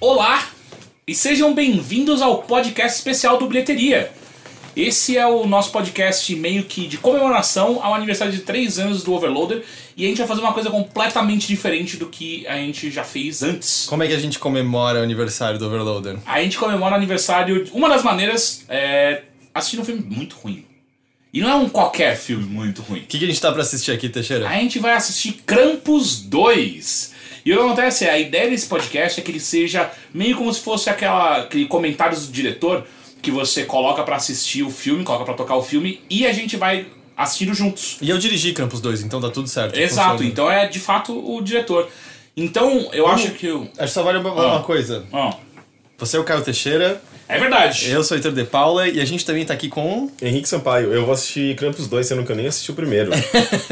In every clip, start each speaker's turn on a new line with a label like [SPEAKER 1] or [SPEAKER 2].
[SPEAKER 1] Olá e sejam bem-vindos ao podcast especial do Bilheteria. Esse é o nosso podcast meio que de comemoração ao aniversário de 3 anos do Overloader e a gente vai fazer uma coisa completamente diferente do que a gente já fez antes.
[SPEAKER 2] Como é que a gente comemora o aniversário do Overloader?
[SPEAKER 1] A gente comemora o aniversário, uma das maneiras é assistindo um filme muito ruim. E não é um qualquer filme muito ruim.
[SPEAKER 2] O que, que a gente tá pra assistir aqui, Teixeira?
[SPEAKER 1] A gente vai assistir Krampus 2. E o que acontece é, a ideia desse podcast é que ele seja meio como se fosse aquela, aquele comentário do diretor que você coloca pra assistir o filme, coloca pra tocar o filme e a gente vai assistindo juntos.
[SPEAKER 2] E eu dirigi Campos 2, então tá tudo certo.
[SPEAKER 1] Exato,
[SPEAKER 2] funciona.
[SPEAKER 1] então é de fato o diretor. Então, eu acho que o.
[SPEAKER 2] Acho que só vale uma, uma
[SPEAKER 1] Ah.
[SPEAKER 2] coisa.
[SPEAKER 1] Ah,
[SPEAKER 2] Você é o Caio Teixeira,
[SPEAKER 1] é verdade.
[SPEAKER 2] eu sou o Heitor De Paula e a gente também tá aqui com.
[SPEAKER 3] Henrique Sampaio, eu vou assistir Krampus 2, sendo que eu nem assisti o primeiro.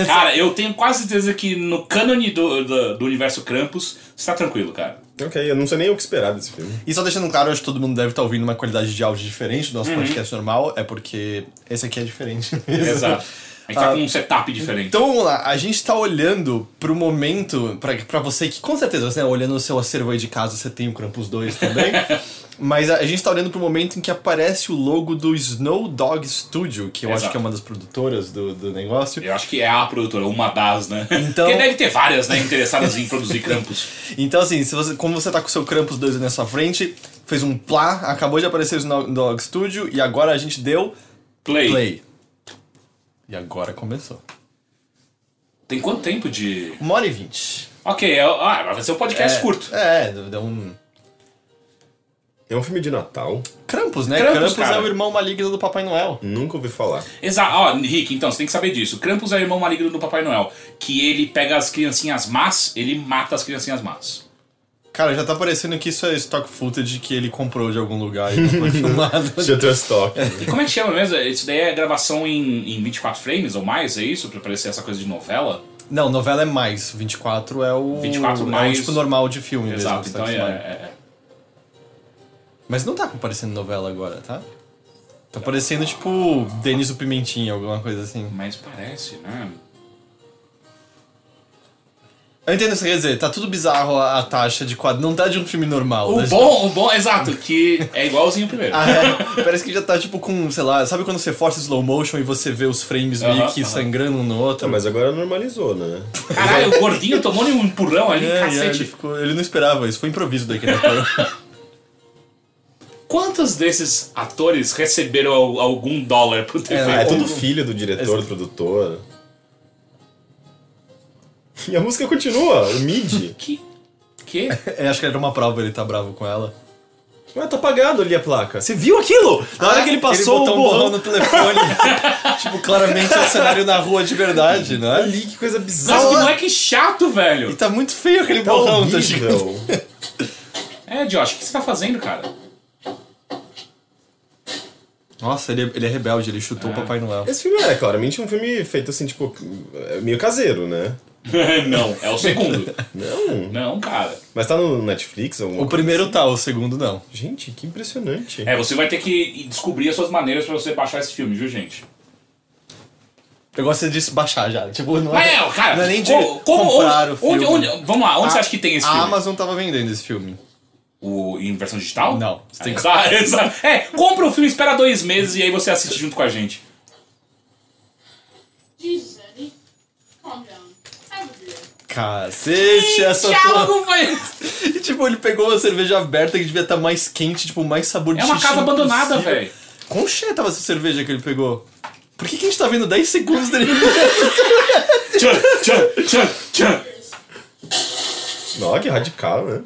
[SPEAKER 1] Cara, eu tenho quase certeza que no cânone do, do, do universo Krampus, você tá tranquilo, cara.
[SPEAKER 3] ok, eu não sei nem o que esperar desse filme.
[SPEAKER 2] E só deixando claro, acho que todo mundo deve estar ouvindo uma qualidade de áudio diferente do nosso
[SPEAKER 1] Uhum.
[SPEAKER 2] podcast normal, é porque esse aqui é diferente.
[SPEAKER 1] Exato. A gente tá
[SPEAKER 2] Ah,
[SPEAKER 1] com um setup diferente.
[SPEAKER 2] Então vamos lá, a gente tá olhando pro momento, pra, pra você que com certeza, né, olhando o seu acervo aí de casa, você tem o Krampus 2 também. Mas a, a gente tá olhando pro momento em que aparece o logo do Snow Dog Studio, que eu acho
[SPEAKER 1] Exato.
[SPEAKER 2] que é uma das produtoras do, do negócio.
[SPEAKER 1] Eu acho que é a produtora, uma das, né?
[SPEAKER 2] Então-
[SPEAKER 1] Porque deve ter várias, né, interessadas em produzir Krampus.
[SPEAKER 2] Então, assim, se você, como você tá com o seu Krampus 2 aí na sua frente, fez um plá, acabou de aparecer o Snow Dog Studio e agora a gente deu
[SPEAKER 1] Play.
[SPEAKER 2] play. E agora começou.
[SPEAKER 1] Tem quanto tempo de.
[SPEAKER 2] Uma hora e vinte.
[SPEAKER 1] Ok, é- ah, vai ser um podcast curto.
[SPEAKER 2] É, deu um.
[SPEAKER 3] É um filme de Natal,
[SPEAKER 2] Krampus, né?
[SPEAKER 1] Krampus,
[SPEAKER 2] Krampus é
[SPEAKER 1] cara.
[SPEAKER 2] o irmão maligno do Papai Noel.
[SPEAKER 3] nunca ouvi falar.
[SPEAKER 1] Exato. Ó, Henrique, então, você tem que saber disso. Krampus é o irmão maligno do Papai Noel. Que ele pega as criancinhas más, ele mata as criancinhas más.
[SPEAKER 2] Cara, já tá parecendo que isso é stock footage que ele comprou de algum lugar e não foi filmado.
[SPEAKER 3] Já Talk.
[SPEAKER 1] E como é que chama mesmo? Isso daí é gravação em, em 24 frames ou mais, é isso? Pra parecer essa coisa de novela?
[SPEAKER 2] Não, novela é mais. 24 é o.
[SPEAKER 1] 24
[SPEAKER 2] é o
[SPEAKER 1] mais-
[SPEAKER 2] tipo normal de filme mesmo.
[SPEAKER 1] Exato,
[SPEAKER 2] que você tá
[SPEAKER 1] então é,
[SPEAKER 2] acostumado.
[SPEAKER 1] é- é-
[SPEAKER 2] Mas não tá parecendo novela agora, tá? Tá parecendo tipo Denis o Pimentinha, alguma coisa assim.
[SPEAKER 1] Mas parece, né?
[SPEAKER 2] Eu entendo o que você quer dizer, tá tudo bizarro a, a taxa de quadro. Não tá de um filme normal.
[SPEAKER 1] O
[SPEAKER 2] né?
[SPEAKER 1] bom, o bom, exato, que é igualzinho o primeiro.
[SPEAKER 2] Ah, é. Parece que já tá tipo com, sei lá, sabe quando você força o slow motion e você vê os frames meio
[SPEAKER 1] Aham,
[SPEAKER 2] que
[SPEAKER 1] aham.
[SPEAKER 2] sangrando um no outro?
[SPEAKER 3] Tá, mas agora normalizou, né?
[SPEAKER 1] Caralho, o gordinho tomou um empurrão ali,
[SPEAKER 2] É, e aí
[SPEAKER 1] cacete.
[SPEAKER 2] ele, ficou- ele não esperava isso, foi improviso daquele ator.
[SPEAKER 1] Quantos desses atores receberam al- algum dólar pro TV?
[SPEAKER 3] Ah, é
[SPEAKER 2] Ou-
[SPEAKER 3] tudo filho do diretor, do produtor. E a música continua, o mid.
[SPEAKER 1] Que? Que?
[SPEAKER 2] É, acho que era uma prova, ele tá bravo com ela.
[SPEAKER 3] Mas tá apagado ali a placa.
[SPEAKER 2] Você viu aquilo? Na hora
[SPEAKER 3] Ah,
[SPEAKER 2] que É, ele
[SPEAKER 3] ele
[SPEAKER 2] passou
[SPEAKER 3] botou
[SPEAKER 2] o
[SPEAKER 3] um
[SPEAKER 2] borrão
[SPEAKER 3] borrão
[SPEAKER 2] no telefone. tipo, claramente é um cenário na rua de verdade, não é?
[SPEAKER 3] Ali, que coisa bizarra.
[SPEAKER 1] Nossa, que moleque chato,
[SPEAKER 2] E
[SPEAKER 1] velho!
[SPEAKER 2] tá muito feio aquele
[SPEAKER 3] Tá
[SPEAKER 2] borrão, tá
[SPEAKER 3] horrível.
[SPEAKER 2] chegando.
[SPEAKER 1] É, Josh, o que você tá fazendo, cara?
[SPEAKER 2] Nossa, ele, ele é rebelde, ele chutou o Papai Noel.
[SPEAKER 3] Esse filme é claramente um filme feito assim, tipo, é meio caseiro, né?
[SPEAKER 1] Não, é o segundo.
[SPEAKER 3] Não.
[SPEAKER 1] Não, cara.
[SPEAKER 3] Mas tá no Netflix? Alguma
[SPEAKER 2] O primeiro tá, o segundo não.
[SPEAKER 3] Gente, que impressionante.
[SPEAKER 1] É, você vai ter que descobrir as suas maneiras pra você baixar esse filme, viu, gente?
[SPEAKER 2] Eu gosto de baixar já. Tipo, não
[SPEAKER 1] Mas
[SPEAKER 2] é,
[SPEAKER 1] não, cara,
[SPEAKER 2] não é nem de
[SPEAKER 1] co- como-
[SPEAKER 2] comprar
[SPEAKER 1] onde,
[SPEAKER 2] o filme.
[SPEAKER 1] onde- onde- vamos lá, onde você acha que tem esse
[SPEAKER 2] a
[SPEAKER 1] filme?
[SPEAKER 2] Amazon tava vendendo esse filme.
[SPEAKER 1] O, em versão digital?
[SPEAKER 2] Não, você
[SPEAKER 1] Você
[SPEAKER 2] tem
[SPEAKER 1] tem que... É, compra o filme, espera dois meses e aí você assiste junto com a gente.
[SPEAKER 4] Jesus, Eddie. Calm down. Have a beer.
[SPEAKER 2] Cacete, essa tua...
[SPEAKER 1] Diálogo foi...
[SPEAKER 2] E tipo, ele pegou uma cerveja aberta que devia estar mais quente, tipo, mais sabor de
[SPEAKER 1] É uma
[SPEAKER 2] xixi
[SPEAKER 1] casa abandonada,
[SPEAKER 2] impossível.
[SPEAKER 1] velho.
[SPEAKER 2] Quão cheia tava essa cerveja que ele pegou? Por que, que a gente tá vendo 10 segundos dele?
[SPEAKER 1] Tchan, tchan, tchan, tchan.
[SPEAKER 3] Nossa, que radical, né?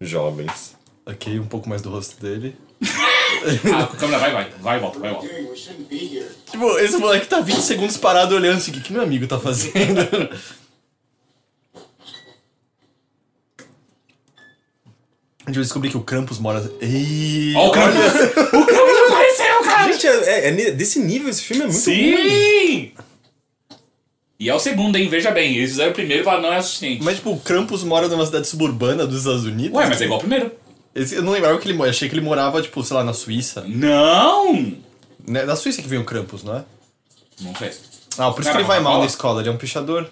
[SPEAKER 3] Jovens.
[SPEAKER 2] ok, um pouco mais do rosto dele.
[SPEAKER 1] Ah, a câmera vai, vai, vai, e volta, vai, e volta.
[SPEAKER 5] doing? We shouldn't be here.
[SPEAKER 2] Tipo, esse moleque tá 20 segundos parado olhando assim, o que, que meu amigo tá fazendo? A gente vai descobrir que o Krampus mora... Ih,
[SPEAKER 1] Ó, o Krampus! O Krampus apareceu, cara!
[SPEAKER 3] Gente, é, é- é ne- desse nível esse filme é muito ruim.
[SPEAKER 1] Sim! E é o segundo, hein? Veja bem, eles fizeram o primeiro e falaram, não é suficiente.
[SPEAKER 2] Mas, tipo, o Krampus mora numa cidade suburbana dos Estados Unidos.
[SPEAKER 1] Ué, mas é igual o primeiro.
[SPEAKER 2] Esse- Eu não lembrava que ele morava. Achei que ele morava, tipo, sei lá, na Suíça.
[SPEAKER 1] Não!
[SPEAKER 2] Né, Na Suíça que vem o Krampus, não é?
[SPEAKER 1] Não fez.
[SPEAKER 2] Ah, por isso que
[SPEAKER 1] Cara,
[SPEAKER 2] ele vai
[SPEAKER 1] uma
[SPEAKER 2] mal
[SPEAKER 1] bola.
[SPEAKER 2] na escola. Ele é um pichador.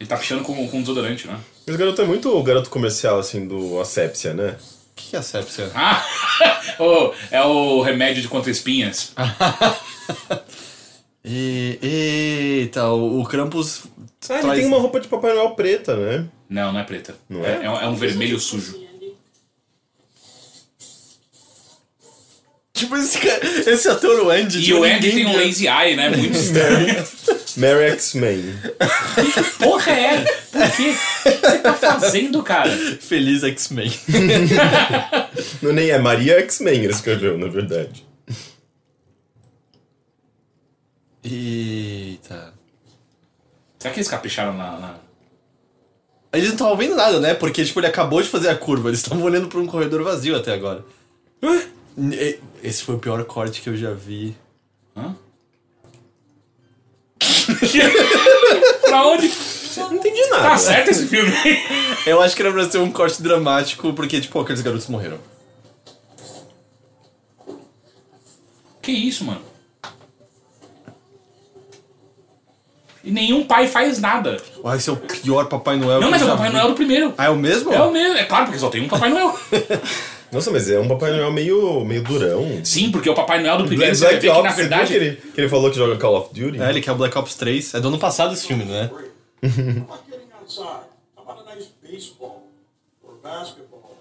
[SPEAKER 1] Ele tá pichando com, com desodorante, né?
[SPEAKER 3] Mas o garoto é muito o garoto comercial, assim, do Asepsia, né?
[SPEAKER 2] O que que é a sépsia?
[SPEAKER 1] Ah! oh, é o remédio de contra espinhas.
[SPEAKER 2] E, eita, o, o Krampus.
[SPEAKER 3] Ah, ele
[SPEAKER 2] traz-
[SPEAKER 3] tem uma roupa de Papai Noel preta, né?
[SPEAKER 1] Não, não é preta.
[SPEAKER 3] Não é?
[SPEAKER 1] É, um- é um vermelho sujo.
[SPEAKER 2] Tipo, esse, cara- esse ator, o Andy.
[SPEAKER 1] E
[SPEAKER 2] tipo,
[SPEAKER 1] o Andy
[SPEAKER 2] ninguém
[SPEAKER 1] tem um
[SPEAKER 2] via-
[SPEAKER 1] lazy eye, né? Muito estranho.
[SPEAKER 3] Mary X-Men.
[SPEAKER 1] Porra, é? Por quê? O que você tá fazendo, cara?
[SPEAKER 2] Feliz X-Men.
[SPEAKER 3] Não, nem é Maria X-Men ele escreveu, na verdade.
[SPEAKER 2] Eita.
[SPEAKER 1] Será que eles capricharam na. na-
[SPEAKER 2] Eles não estavam vendo nada, né? Porque, tipo, ele acabou de fazer a curva. Eles estavam olhando pra um corredor vazio até agora. E- Esse foi o pior corte que eu já vi.
[SPEAKER 1] Hã? pra onde?
[SPEAKER 3] Não entendi nada.
[SPEAKER 1] Tá certo esse filme?
[SPEAKER 2] Eu acho que era pra ser um corte dramático, porque, tipo, aqueles garotos morreram.
[SPEAKER 1] que isso, mano? E nenhum pai faz nada.
[SPEAKER 2] Uai, esse é o pior Papai Noel que
[SPEAKER 1] Não, mas é
[SPEAKER 2] eu
[SPEAKER 1] o
[SPEAKER 2] já
[SPEAKER 1] Papai
[SPEAKER 2] vi.
[SPEAKER 1] Noel do primeiro.
[SPEAKER 2] Ah, é o mesmo?
[SPEAKER 1] É o mesmo, é claro, porque só tem um Papai Noel.
[SPEAKER 3] Nossa, mas é um Papai Noel meio, meio durão.
[SPEAKER 1] Sim, porque o Papai Noel do primeiro
[SPEAKER 3] Black
[SPEAKER 1] você vai ver que na
[SPEAKER 3] Ops, você viu
[SPEAKER 1] verdade.
[SPEAKER 3] que ele, que ele falou que joga Call of Duty?
[SPEAKER 2] É, ele quer o Black Ops 3. É do ano passado esse filme, né?
[SPEAKER 5] How about getting outside? How about a nice baseball or basketball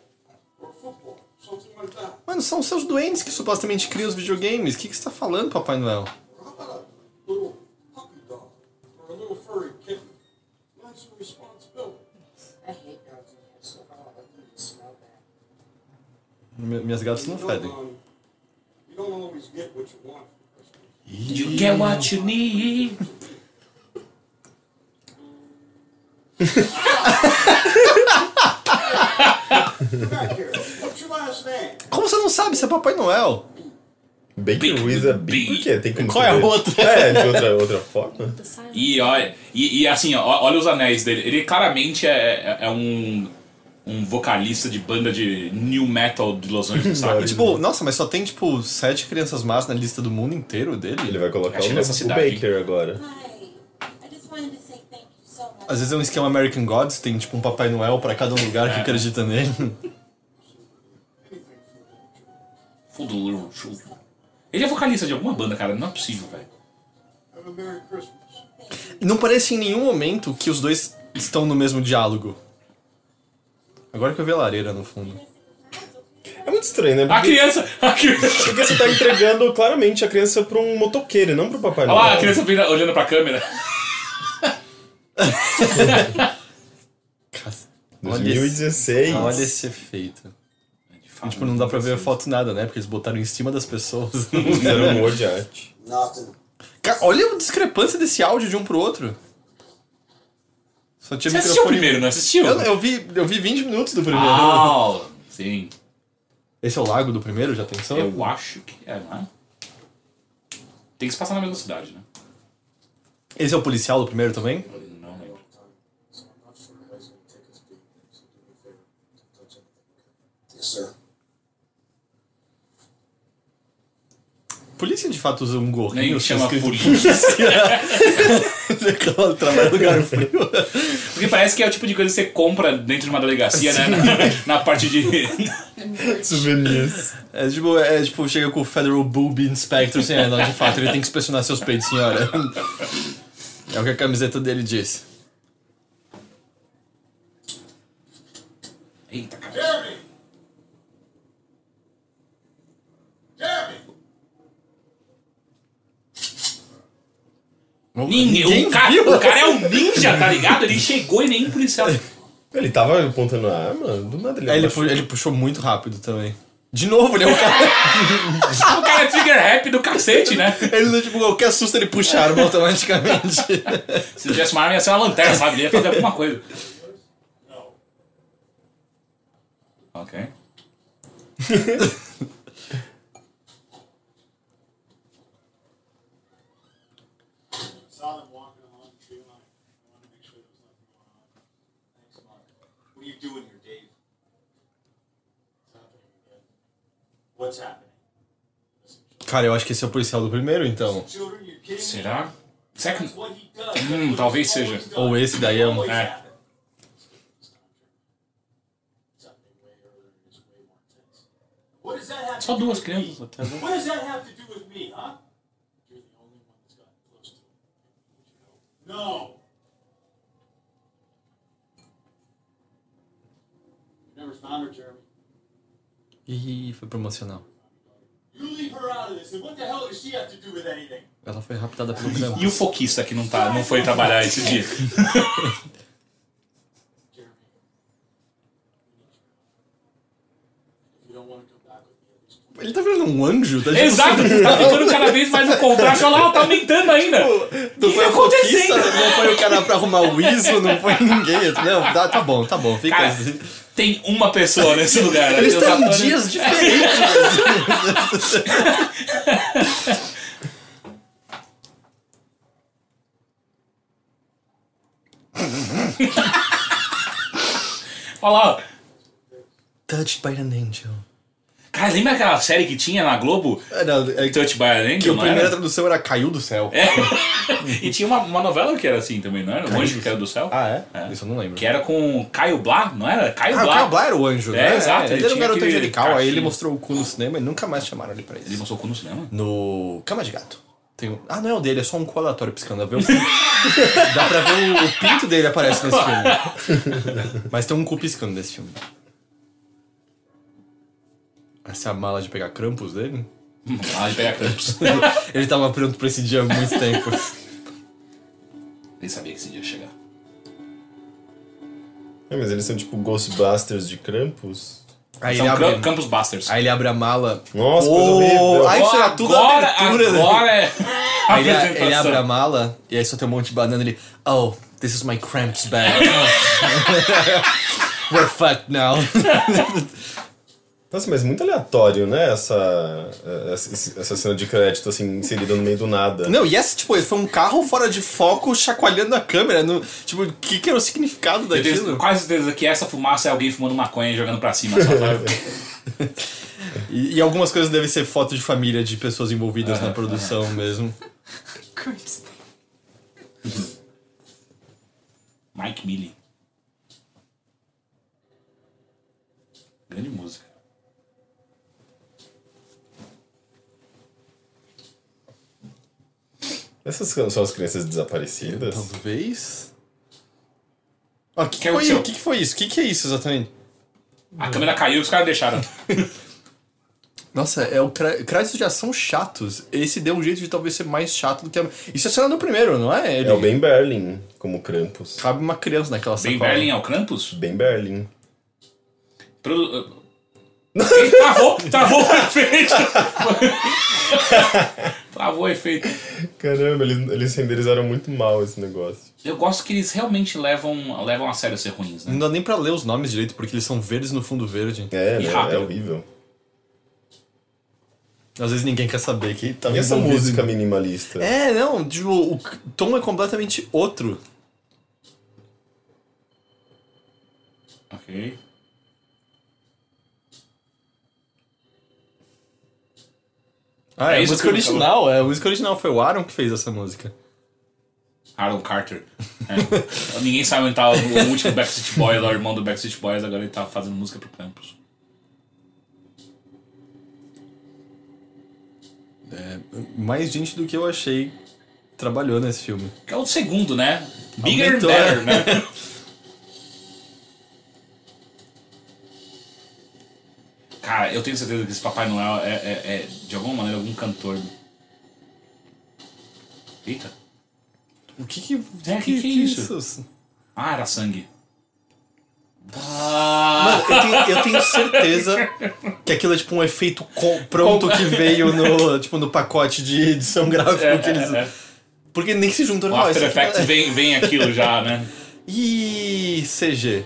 [SPEAKER 5] or football? Something like that.
[SPEAKER 2] Mano, são os seus doentes que supostamente criam os videogames. O que, que você tá falando, Papai Noel?
[SPEAKER 5] Or how about a little puppy dog or a little furry kitten? Learn some responsibility.
[SPEAKER 6] I hate dogs and cats so bad. I think they smell bad.
[SPEAKER 2] Mi- Minhas gatas não
[SPEAKER 5] You
[SPEAKER 2] fedem.
[SPEAKER 5] um, you don't always get what you want for Christmas.
[SPEAKER 1] You get what you need.
[SPEAKER 5] Back here. What's your last name?
[SPEAKER 2] Como você não sabe se é Papai Noel?
[SPEAKER 3] Baker
[SPEAKER 1] Big
[SPEAKER 3] with a
[SPEAKER 1] B.
[SPEAKER 3] B. é Por quê? Tem como
[SPEAKER 2] Qual é a
[SPEAKER 3] escrever?
[SPEAKER 2] outra?
[SPEAKER 3] É, de outra, outra forma.
[SPEAKER 6] The silence.
[SPEAKER 1] E, olha, e, e assim, ó, olha os anéis dele. Ele claramente é, é- é um, um vocalista de banda de new metal de Los Angeles, sabe?
[SPEAKER 2] Tipo, nossa, mas só tem, tipo, sete crianças más na lista do mundo inteiro
[SPEAKER 3] Ele
[SPEAKER 2] dele.
[SPEAKER 3] vai colocar
[SPEAKER 1] Acho
[SPEAKER 3] o,
[SPEAKER 1] que nessa
[SPEAKER 3] o
[SPEAKER 1] cidade, hein?
[SPEAKER 3] Baker agora.
[SPEAKER 6] Hi. I just wanted to say thank you so much.
[SPEAKER 2] Às vezes é um esquema American Gods, tem, tipo, um Papai Noel pra cada um lugar
[SPEAKER 3] É.
[SPEAKER 2] que acredita nele.
[SPEAKER 1] Food Little Children. Ele é vocalista de alguma banda, cara. Não é possível, velho.
[SPEAKER 5] Have a Merry Christmas.
[SPEAKER 2] E não parece em nenhum momento que os dois estão no mesmo diálogo. Agora que eu vi a lareira no fundo.
[SPEAKER 3] É muito estranho, né?
[SPEAKER 1] A
[SPEAKER 3] Porque,
[SPEAKER 1] criança! A criança!
[SPEAKER 3] porque você tá entregando claramente a criança pra um motoqueiro e não pro Papai
[SPEAKER 1] Olha
[SPEAKER 3] Noel.
[SPEAKER 1] lá, a criança vira- olhando pra câmera.
[SPEAKER 2] Cacete. Olha esse,
[SPEAKER 3] 2016.
[SPEAKER 2] olha esse efeito.
[SPEAKER 1] De fato,
[SPEAKER 2] Tipo, não dá pra ver a foto nada, né? Porque eles botaram em cima das pessoas.
[SPEAKER 3] Fizeram um humor de arte.
[SPEAKER 5] Nothing.
[SPEAKER 2] Cara, olha a discrepância desse áudio de um pro outro. Só tinha
[SPEAKER 1] Você assistiu o
[SPEAKER 2] microfone.
[SPEAKER 1] primeiro, não assistiu?
[SPEAKER 2] Eu, eu vi, eu vi 20 minutos do primeiro.
[SPEAKER 1] Ah, sim.
[SPEAKER 2] Esse é o lago do primeiro, já atenção?
[SPEAKER 1] Eu acho que é, né? Tem que se passar na mesma cidade, né?
[SPEAKER 2] Esse é o policial do primeiro também?
[SPEAKER 1] Não lembro.
[SPEAKER 5] So I'm not sure how he's going to take us deep. So do me a favor. Don't touch anything. Yes, sir.
[SPEAKER 2] Polícia de fato usa um gorrinho.
[SPEAKER 1] Nem
[SPEAKER 2] assim,
[SPEAKER 1] chama
[SPEAKER 2] escrito
[SPEAKER 1] polícia.
[SPEAKER 2] polícia. Trabalha no lugar frio.
[SPEAKER 1] Porque parece que é o tipo de coisa que você compra dentro de uma delegacia, né? Na, na parte de.
[SPEAKER 3] Souvenirs.
[SPEAKER 2] É tipo, é tipo, chega com o Federal Boob Inspector, assim, é, não, de fato, ele tem que inspecionar seus peitos, senhora. É o que a camiseta dele diz.
[SPEAKER 1] Eita, cara.
[SPEAKER 5] Jeremy! Jeremy!
[SPEAKER 1] Ninguém, o, cara, o cara é um ninja, tá ligado? Ele chegou e nem um policial.
[SPEAKER 3] Ele tava apontando a arma, do nada ele
[SPEAKER 2] É, ele,
[SPEAKER 3] abaixou.
[SPEAKER 2] pu- ele puxou muito rápido também. De novo, ele é o cara.
[SPEAKER 1] O cara é trigger happy do cacete, né?
[SPEAKER 2] Ele, tipo, qualquer susto ele puxa a arma automaticamente.
[SPEAKER 1] Se não tivesse uma arma, ia ser uma lanterna, sabe? Ele ia fazer alguma coisa. Ok.
[SPEAKER 5] Saw them walking along.
[SPEAKER 7] What are you doing here, Dave? What's happening?
[SPEAKER 2] Cara, eu acho que esse é o policial do primeiro, então.
[SPEAKER 7] Children, you're kidding me?
[SPEAKER 1] Será? Será que.
[SPEAKER 7] That's what he does.
[SPEAKER 1] Hum,
[SPEAKER 7] That's what
[SPEAKER 1] talvez
[SPEAKER 7] he's
[SPEAKER 1] seja.
[SPEAKER 7] always done.
[SPEAKER 2] Ou esse daí é um.
[SPEAKER 7] Always
[SPEAKER 1] É.
[SPEAKER 7] happened. What does that have to
[SPEAKER 1] Só
[SPEAKER 7] do
[SPEAKER 1] duas
[SPEAKER 7] with
[SPEAKER 1] crianças.
[SPEAKER 7] me?
[SPEAKER 1] até né? agora.
[SPEAKER 7] What does that have to do with me, huh? You're the only one that's gotten close to it. No. You never found her, Jeremy.
[SPEAKER 2] Ih, foi promocional.
[SPEAKER 7] You leave her out of this, and what the hell does she have to do with anything?
[SPEAKER 2] Ela foi raptada pelo Krampus.
[SPEAKER 1] E o foquista que não, tá, não foi trabalhar esse dia.
[SPEAKER 7] Jeremy, we need your help. If you don't want to come back with me, at least
[SPEAKER 2] Ele tá virando um anjo, tá gente?
[SPEAKER 1] Exato, tá ficando cada vez mais o contraste. Olha lá, tá aumentando ainda.
[SPEAKER 2] Não
[SPEAKER 1] que
[SPEAKER 2] foi
[SPEAKER 1] tá
[SPEAKER 2] o foquista,
[SPEAKER 1] acontecendo?
[SPEAKER 2] não foi o cara pra arrumar o ISO, não foi ninguém. Não, tá, tá bom, tá bom, fica
[SPEAKER 1] Cara,
[SPEAKER 2] assim.
[SPEAKER 1] tem uma pessoa nesse lugar.
[SPEAKER 2] Eles
[SPEAKER 1] Eu já
[SPEAKER 2] estão em
[SPEAKER 1] tô-
[SPEAKER 2] dias diferentes.
[SPEAKER 1] Olha lá. ó.
[SPEAKER 2] Touched by an angel.
[SPEAKER 1] Cara, lembra aquela série que tinha na Globo?
[SPEAKER 2] É, não, é que
[SPEAKER 1] Touch by an Angel,
[SPEAKER 2] que a
[SPEAKER 1] não
[SPEAKER 2] primeira
[SPEAKER 1] era?
[SPEAKER 2] tradução era Caiu do Céu.
[SPEAKER 1] É. e tinha uma, uma novela que era assim também, não era? O Anjo que caiu do céu?
[SPEAKER 2] Ah, é? Isso eu não lembro.
[SPEAKER 1] Que era com Caio Blá, não era? Caio
[SPEAKER 2] Ah, o
[SPEAKER 1] Blá.
[SPEAKER 2] Caio Blá era o anjo,
[SPEAKER 1] É,
[SPEAKER 2] né?
[SPEAKER 1] exato, ele
[SPEAKER 2] Ele, era um
[SPEAKER 1] tinha
[SPEAKER 2] garoto
[SPEAKER 1] aquele
[SPEAKER 2] angelical, aí ele
[SPEAKER 1] cachinho.
[SPEAKER 2] mostrou o cu no cinema e nunca mais chamaram ele pra isso.
[SPEAKER 1] Ele mostrou o cu no cinema?
[SPEAKER 2] No Cama de Gato. Tem um... Ah, não é o dele, é só um cu aleatório piscando. Dá pra ver o- Dá pra ver o... o pinto dele aparece nesse filme. Mas tem um cu piscando nesse filme. Essa é a mala de pegar crampos dele?
[SPEAKER 1] Hum, Ah, de pegar Krampus.
[SPEAKER 2] Ele tava pronto pra esse dia há muito tempo.
[SPEAKER 1] Nem sabia que esse dia ia chegar.
[SPEAKER 3] É, mas eles são tipo Ghostbusters de Krampus.
[SPEAKER 2] Aí
[SPEAKER 1] São
[SPEAKER 2] ele abre,
[SPEAKER 1] Cram- Campus Busters.
[SPEAKER 2] aí ele abre a mala.
[SPEAKER 3] Nossa,
[SPEAKER 2] Ô,
[SPEAKER 3] coisa horrível.
[SPEAKER 2] Aí isso era tudo
[SPEAKER 1] agora,
[SPEAKER 2] abertura, né?
[SPEAKER 1] agora é. a
[SPEAKER 2] Aí ele, ele
[SPEAKER 1] apresentação.
[SPEAKER 2] abre a mala e aí só tem um monte de banana ele. Oh, this is my cramps bag. We're fucked now.
[SPEAKER 3] Nossa, mas muito aleatório, né? Essa, é, essa, essa cena de crédito, assim, inserida no meio do nada.
[SPEAKER 2] Não, e essa, tipo, foi um carro fora de foco chacoalhando a câmera. No, tipo, o que, que era o significado
[SPEAKER 1] Eu tenho
[SPEAKER 2] daquilo?
[SPEAKER 1] quase certeza que essa fumaça é alguém fumando maconha e jogando pra cima. Só, sabe?
[SPEAKER 2] E, e algumas coisas devem ser foto de família de pessoas envolvidas na produção mesmo.
[SPEAKER 1] Mike Millie. Grande música.
[SPEAKER 3] Essas são as crianças desaparecidas.
[SPEAKER 2] Talvez. Ah, O que,
[SPEAKER 1] Que
[SPEAKER 2] que, foi,
[SPEAKER 1] aconteceu?
[SPEAKER 2] o que, que foi isso? O que, que é isso exatamente?
[SPEAKER 1] A câmera caiu e os caras deixaram.
[SPEAKER 2] Nossa, é o cra- créditos de ação chatos. Esse deu um jeito de talvez ser mais chato do que a. Isso é cena do primeiro, não é? Ele
[SPEAKER 3] É o Ben Berlin como Krampus.
[SPEAKER 2] cabe uma criança naquela
[SPEAKER 1] Ben
[SPEAKER 2] sacola.
[SPEAKER 1] Berlin é o Krampus?
[SPEAKER 3] Ben Berlin.
[SPEAKER 1] Produ... Ih, Travou! Travou o efeito! Travou o efeito.
[SPEAKER 3] Caramba, eles, eles renderizaram muito mal esse negócio.
[SPEAKER 1] Eu gosto que eles realmente levam, levam a sério ser ruins, né?
[SPEAKER 2] Não dá nem pra ler os nomes direito, porque eles são verdes no fundo verde.
[SPEAKER 3] É,
[SPEAKER 1] E
[SPEAKER 3] né?
[SPEAKER 1] rápido.
[SPEAKER 3] É horrível.
[SPEAKER 2] Às vezes ninguém quer saber que tá
[SPEAKER 3] E essa
[SPEAKER 2] envolvido.
[SPEAKER 3] música minimalista?
[SPEAKER 2] É, não, tipo, o c- tom é completamente outro.
[SPEAKER 1] Ok.
[SPEAKER 2] Ah,
[SPEAKER 1] É
[SPEAKER 2] é, a
[SPEAKER 1] Ah, isso
[SPEAKER 2] música
[SPEAKER 1] que eu
[SPEAKER 2] original, é. A música original foi o Aaron que fez essa música.
[SPEAKER 1] Aaron Carter. É. Ninguém sabe onde tá o, o último Backstreet Boy, lá, o irmão do Backstreet Boys, agora ele tá fazendo música pro Krampus.
[SPEAKER 2] Mais gente do que eu achei trabalhou nesse filme.
[SPEAKER 1] Que é o segundo, né? Bigger
[SPEAKER 2] Aumentou,
[SPEAKER 1] and better, né? Cara, eu tenho certeza que esse Papai Noel é, é- é, de alguma maneira, algum cantor. Eita.
[SPEAKER 2] O que que.
[SPEAKER 1] É, que que é isso? Ah, era sangue. Ah,
[SPEAKER 2] Mano, eu tenho, eu tenho certeza que aquilo é tipo um efeito com- pronto que veio no, tipo, no pacote de edição gráfica que eles.
[SPEAKER 1] É, é.
[SPEAKER 2] Porque nem se juntou
[SPEAKER 1] O
[SPEAKER 2] no é,
[SPEAKER 1] After Effects vem, vem aquilo já, né?
[SPEAKER 2] E CG.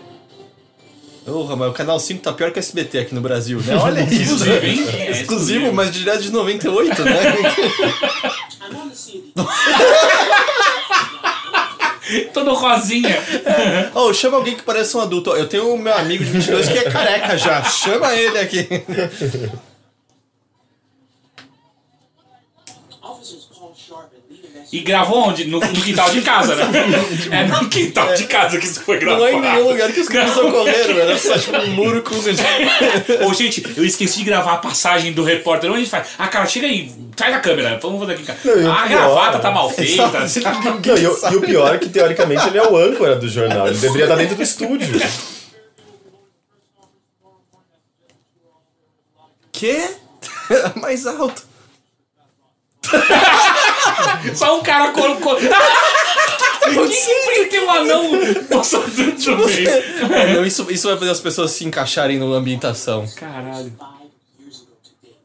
[SPEAKER 2] Porra, mas o canal 5 tá pior que o SBT aqui no Brasil, né? Olha isso. né?
[SPEAKER 1] Exclusivo, hein? É
[SPEAKER 2] exclusivo, mas direto de 98, né?
[SPEAKER 6] I want to see the
[SPEAKER 1] Todo rosinha.
[SPEAKER 2] Oh, chama alguém que pareça um adulto. Eu tenho o meu amigo de 22 que é careca já. Chama ele aqui.
[SPEAKER 6] Officers called Sharp and Lee investigated.
[SPEAKER 1] E gravou onde? No, no quintal de casa, né? É no quintal de casa que isso foi gravado.
[SPEAKER 2] Não é em nenhum lugar que os caras ocorreram, era só tipo um muro com.
[SPEAKER 1] Ou, gente, eu esqueci de gravar a passagem do repórter. Onde a gente faz? Ah, cara, chega aí, sai da câmera. Vamos fazer aqui. em casa.
[SPEAKER 3] Não, e o
[SPEAKER 1] Ah, a
[SPEAKER 3] pior-
[SPEAKER 1] gravata tá mal feita.
[SPEAKER 2] assim.
[SPEAKER 3] Não, e, o, e o pior é que, teoricamente, ele é o âncora do jornal. Ele deveria estar dentro do estúdio.
[SPEAKER 2] Quê? Mais alto.
[SPEAKER 1] Só um cara colocou. Por que que tem um anão passando do meio?
[SPEAKER 2] É, não, isso, isso vai fazer as pessoas se encaixarem na ambientação.
[SPEAKER 1] Caralho.
[SPEAKER 6] Five years ago today,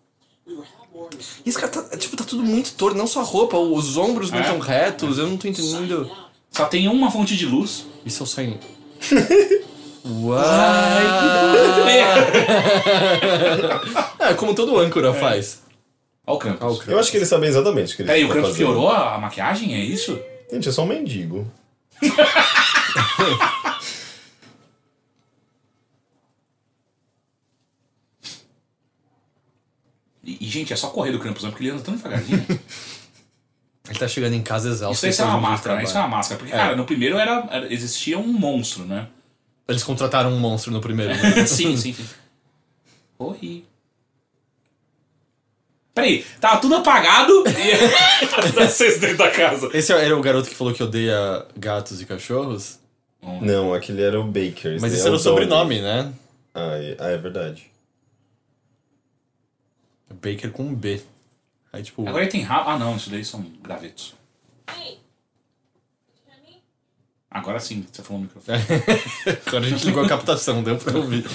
[SPEAKER 6] we were half more in the
[SPEAKER 2] E esse cara tá, tipo, tá tudo muito torto, não só a roupa, os ombros não
[SPEAKER 1] É?
[SPEAKER 2] estão retos, eu não tô entendendo.
[SPEAKER 1] Só tem uma fonte de luz.
[SPEAKER 2] Isso é o sign. Uau! É, como todo âncora faz.
[SPEAKER 1] Olha o Krampus.
[SPEAKER 2] Olha o Krampus.
[SPEAKER 3] Eu acho que ele sabia exatamente o que ele
[SPEAKER 1] Peraí, É, o
[SPEAKER 3] tá
[SPEAKER 1] Krampus
[SPEAKER 3] fazendo.
[SPEAKER 1] piorou a maquiagem? É isso?
[SPEAKER 3] Gente, é só um mendigo.
[SPEAKER 1] E, e, gente, é só correr do Krampus, não, porque ele anda tão devagarzinho.
[SPEAKER 2] Ele tá chegando em casa exausto.
[SPEAKER 1] Isso, isso é
[SPEAKER 2] depois
[SPEAKER 1] uma
[SPEAKER 2] de um dia de
[SPEAKER 1] máscara, né? Isso é uma
[SPEAKER 2] trabalho.
[SPEAKER 1] máscara. Porque,
[SPEAKER 2] É.
[SPEAKER 1] cara, no primeiro era, era- existia um monstro, né?
[SPEAKER 2] Eles contrataram um monstro no primeiro. né?
[SPEAKER 1] sim, sim, sim. Corri. Peraí, tava tudo apagado e tá tudo aceso dentro da casa.
[SPEAKER 2] Esse era o garoto que falou que odeia gatos e cachorros?
[SPEAKER 3] Não, aquele era o Baker.
[SPEAKER 2] Mas
[SPEAKER 3] esse
[SPEAKER 2] esse
[SPEAKER 3] é
[SPEAKER 2] era o
[SPEAKER 3] Dom.
[SPEAKER 2] sobrenome, né?
[SPEAKER 3] Ah, é, ah, é verdade.
[SPEAKER 2] Baker com um B. Aí tipo.
[SPEAKER 1] Agora ele tem rabo. Ah, não, isso daí são gravetos.
[SPEAKER 4] Hey, did you hear me?
[SPEAKER 1] Agora sim, você falou no microfone.
[SPEAKER 2] Agora a gente ligou a captação, deu pra ouvir.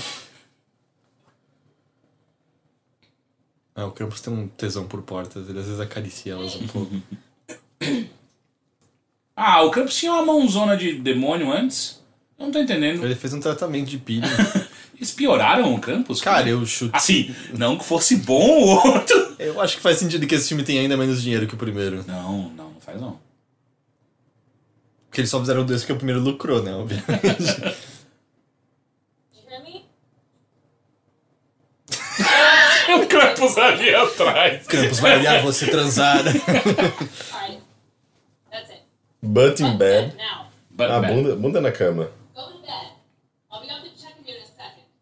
[SPEAKER 2] É, o Krampus tem um tesão por portas, ele às vezes acaricia elas um pouco.
[SPEAKER 1] Ah, o Krampus tinha uma mãozona de demônio antes? Eu não tô entendendo.
[SPEAKER 2] Ele fez um tratamento de pilha.
[SPEAKER 1] Eles pioraram o Krampus?
[SPEAKER 2] Cara, eu chuto.
[SPEAKER 1] Assim, não que fosse bom o outro.
[SPEAKER 2] Eu acho que faz sentido que esse filme tem ainda menos dinheiro que o primeiro.
[SPEAKER 1] Não, não, não faz não.
[SPEAKER 2] Porque eles só fizeram dois porque o primeiro lucrou, né? Obviamente.
[SPEAKER 4] Did you hear me?
[SPEAKER 1] O Krampus ali atrás.
[SPEAKER 2] Krampus vai olhar você transar.
[SPEAKER 4] Alright. That's it.
[SPEAKER 3] Butt in
[SPEAKER 4] Go to
[SPEAKER 3] bed.
[SPEAKER 4] bed now.
[SPEAKER 1] But,
[SPEAKER 3] Ah, bunda, bunda na cama.
[SPEAKER 4] Go to bed. I'll be up to check on you in a second.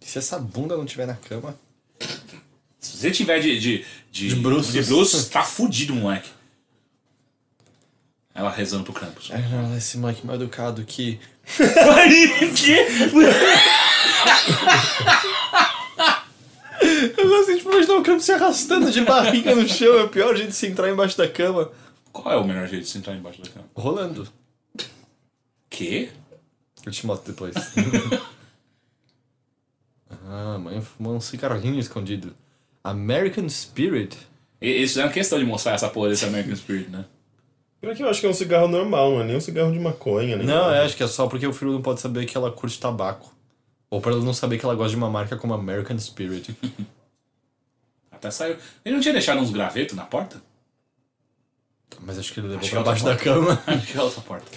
[SPEAKER 2] E se essa bunda não tiver na cama?
[SPEAKER 1] Se você tiver de. De, de,
[SPEAKER 2] De bruços.
[SPEAKER 1] de bruços, tá fudido, moleque. Ela rezando pro Krampus.
[SPEAKER 2] Ai, É, não, esse moleque mal educado que. Eu gosto de imaginar o Krampus se arrastando de barriga no chão. É o pior jeito de se entrar embaixo da cama.
[SPEAKER 1] Qual é o melhor jeito de sentar embaixo da cama?
[SPEAKER 2] Rolando.
[SPEAKER 1] Quê?
[SPEAKER 2] Eu te mostro depois. ah, amanhã fumou um cigarrinho escondido. American Spirit.
[SPEAKER 1] E- Eles fizeram questão de mostrar essa porra desse American Spirit, né?
[SPEAKER 3] Pior que eu acho que é um cigarro normal, não é nem um cigarro de maconha, nem
[SPEAKER 2] Não,
[SPEAKER 3] nada.
[SPEAKER 2] é, acho que é só porque o filho não pode saber que ela curte tabaco. Ou pra ela não saber que ela gosta de uma marca como American Spirit.
[SPEAKER 1] Até saiu. Ele não tinha deixado uns gravetos na porta?
[SPEAKER 2] Mas acho que ele levou
[SPEAKER 1] Acho que
[SPEAKER 2] pra
[SPEAKER 1] ela tá
[SPEAKER 2] baixo da cama.
[SPEAKER 1] Acho que é outra porta.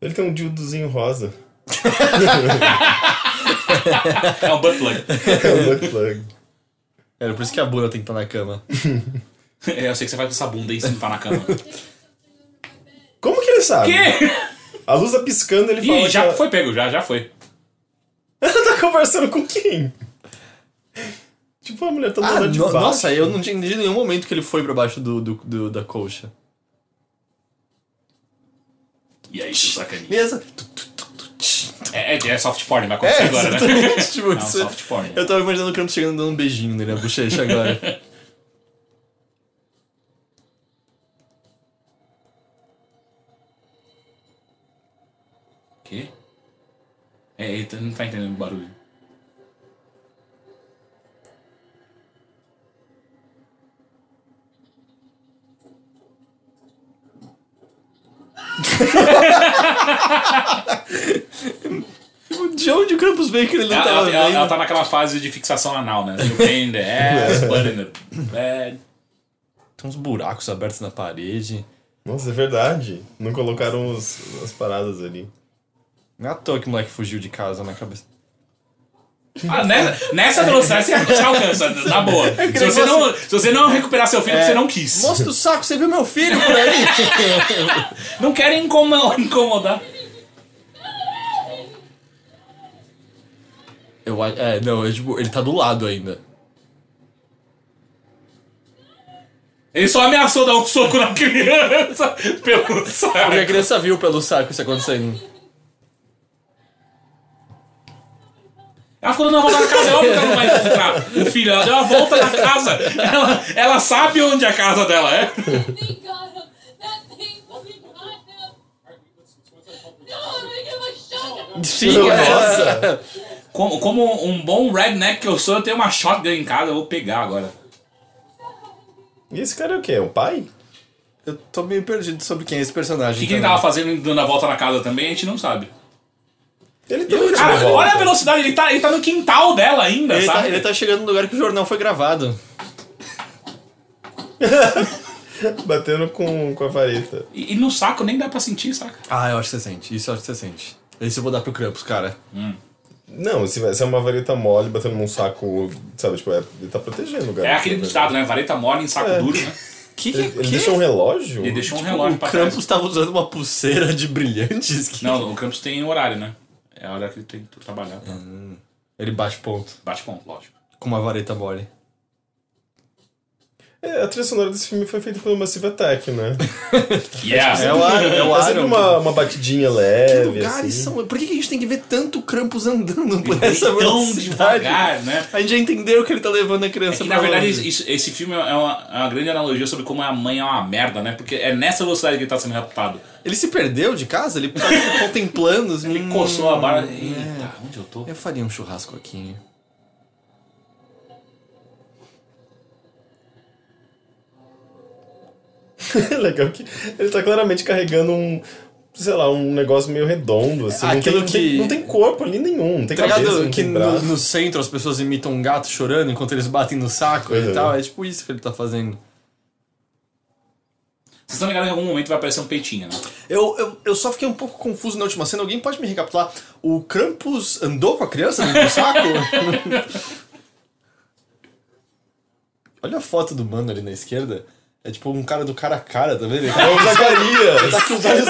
[SPEAKER 3] Ele tem um dildozinho rosa.
[SPEAKER 1] É um butt plug.
[SPEAKER 3] É um butt plug.
[SPEAKER 2] Era por isso que a bunda tem que estar na cama.
[SPEAKER 1] É, Eu sei que você vai com essa bunda aí sentar na cama.
[SPEAKER 3] Como que ele sabe?
[SPEAKER 1] Quê?
[SPEAKER 3] A luz tá piscando, ele fala
[SPEAKER 1] Ih, já
[SPEAKER 3] que
[SPEAKER 1] foi pego, já, já foi.
[SPEAKER 3] ela tá conversando com quem? Tipo, a mulher tá
[SPEAKER 2] Ah,
[SPEAKER 3] andando de
[SPEAKER 2] no-
[SPEAKER 3] baixo.
[SPEAKER 2] nossa, eu não entendi em nenhum momento que ele foi pra baixo do, do- do- da colcha.
[SPEAKER 1] E aí, seu sacaninha.
[SPEAKER 2] Beleza?
[SPEAKER 1] É, é, é soft porn, vai acontecer agora, né?
[SPEAKER 2] exatamente, tipo,
[SPEAKER 1] É um
[SPEAKER 2] isso-
[SPEAKER 1] soft porn.
[SPEAKER 2] Eu tava imaginando o Krampus chegando dando um beijinho nele na bochecha agora.
[SPEAKER 1] Quê? É, ele tá- não tá entendendo o barulho.
[SPEAKER 2] Tipo, De onde o Krampus veio que ele não
[SPEAKER 1] Ela,
[SPEAKER 2] tava
[SPEAKER 1] ela, ela-
[SPEAKER 2] vendo? É.
[SPEAKER 1] ela tá naquela fase de fixação anal, né? You pain in the ass, butt in the bed.
[SPEAKER 2] Tem uns buracos abertos na parede.
[SPEAKER 3] Nossa, é verdade. Não colocaram os, as paradas ali.
[SPEAKER 2] Não é à toa que o moleque fugiu de casa na cabeça.
[SPEAKER 1] Ah, nessa, nessa velocidade você você alcança, na boa. Se você, não, se você não recuperar seu
[SPEAKER 2] É.
[SPEAKER 1] filho, porque você não quis.
[SPEAKER 2] Moço do saco, você viu meu filho por aí?
[SPEAKER 1] Não querem incomo- incomodar.
[SPEAKER 2] eu, a- é, não, eu, tipo, ele tá do lado ainda.
[SPEAKER 1] Ele só ameaçou dar um soco na criança pelo
[SPEAKER 2] Porque a
[SPEAKER 1] saco.
[SPEAKER 2] criança viu pelo saco isso acontecendo.
[SPEAKER 1] Ela ficou dando uma volta na casa, é óbvio que ela não vai encontrar o filho. Ela deu uma volta na casa. Ela, ela sabe onde a casa dela é.
[SPEAKER 4] Thing got him. That thing fucking got him. No, I don't give a shot.
[SPEAKER 2] Sim,
[SPEAKER 1] é.
[SPEAKER 2] é.
[SPEAKER 3] Nossa!
[SPEAKER 1] Como, como um bom redneck que eu sou, eu tenho uma shotgun em casa, eu vou pegar agora.
[SPEAKER 3] E esse cara é o quê? É o pai?
[SPEAKER 2] Eu tô meio perdido sobre quem é esse
[SPEAKER 1] O
[SPEAKER 2] personagem.
[SPEAKER 1] que, que ele
[SPEAKER 2] também.
[SPEAKER 1] tava fazendo dando a volta na casa também, a gente não sabe.
[SPEAKER 3] Ele também
[SPEAKER 1] Cara,
[SPEAKER 3] tinha
[SPEAKER 1] olha a
[SPEAKER 3] volta.
[SPEAKER 1] velocidade, ele tá, ele tá no quintal dela ainda,
[SPEAKER 2] Ele
[SPEAKER 1] sabe?
[SPEAKER 2] tá, ele tá chegando no lugar que o jornal foi gravado.
[SPEAKER 3] Batendo com, com a vareta.
[SPEAKER 1] E, e no saco nem dá pra sentir, saca?
[SPEAKER 2] Ah, eu acho que você sente. Isso eu acho que você sente. Esse eu vou dar pro Krampus, cara.
[SPEAKER 3] Não, se, vai- se é uma vareta mole batendo num saco, sabe? Tipo, é- ele tá protegendo o garoto.
[SPEAKER 1] É aquele ditado, né? Vareta mole em saco
[SPEAKER 3] É.
[SPEAKER 1] duro, né?
[SPEAKER 2] Que que é?
[SPEAKER 3] Ele, ele deixou um relógio?
[SPEAKER 1] Ele deixou um relógio
[SPEAKER 2] Tipo, O
[SPEAKER 1] pra trás.
[SPEAKER 2] Krampus tava usando uma pulseira de brilhantes que...
[SPEAKER 1] Não, o Campos tem horário, né? É a hora que ele tem que trabalhar.
[SPEAKER 2] É.
[SPEAKER 1] Tá?
[SPEAKER 2] Ele bate ponto.
[SPEAKER 1] Bate ponto, lógico.
[SPEAKER 2] Com uma vareta mole.
[SPEAKER 3] É, a trilha sonora desse filme foi feita pelo Massive Attack, né?
[SPEAKER 1] Yeah.
[SPEAKER 2] É o ar, é o
[SPEAKER 3] É sempre
[SPEAKER 2] ar.
[SPEAKER 3] uma, uma batidinha
[SPEAKER 2] É,
[SPEAKER 3] leve,
[SPEAKER 2] lugares
[SPEAKER 3] assim.
[SPEAKER 2] são... Por que que a gente tem que ver tanto Krampus andando por
[SPEAKER 1] Bem
[SPEAKER 2] essa
[SPEAKER 1] tão
[SPEAKER 2] velocidade?
[SPEAKER 1] devagar, né?
[SPEAKER 2] A gente já entendeu que ele tá levando a criança
[SPEAKER 1] É que,
[SPEAKER 2] pra
[SPEAKER 1] na verdade,
[SPEAKER 2] longe.
[SPEAKER 1] isso- esse filme é uma, é uma grande analogia sobre como a mãe é uma merda, né? Porque é nessa velocidade que ele tá sendo raptado.
[SPEAKER 2] Ele se perdeu de casa? Ele tá tipo, contemplando... assim,
[SPEAKER 1] Ele
[SPEAKER 2] hum, é.
[SPEAKER 1] coçou a barra. Eita, onde eu tô?
[SPEAKER 2] Eu faria um churrasco aqui.
[SPEAKER 3] Legal que ele tá claramente carregando um, sei lá, um negócio meio redondo, assim. Não
[SPEAKER 2] Aquilo
[SPEAKER 3] tem, não tem-
[SPEAKER 2] que-
[SPEAKER 3] Não tem, corpo ali nenhum, não tem
[SPEAKER 2] Tá
[SPEAKER 3] cabeça,
[SPEAKER 2] ligado
[SPEAKER 3] não
[SPEAKER 2] que
[SPEAKER 3] tem
[SPEAKER 2] no,
[SPEAKER 3] braço.
[SPEAKER 2] no centro as pessoas imitam um gato chorando enquanto eles batem no saco e
[SPEAKER 3] Uhum.
[SPEAKER 2] tal? É tipo isso que ele tá fazendo.
[SPEAKER 1] Vocês estão ligados que em algum momento vai aparecer um peitinho, né?
[SPEAKER 2] Eu, eu, eu só fiquei um pouco confuso na última cena. Alguém pode me recapitular? O Krampus andou com a criança no saco? Olha a foto do mano ali na esquerda. É tipo um cara do cara a cara, tá vendo? Ele
[SPEAKER 3] É o Zacarias!
[SPEAKER 2] tá com vários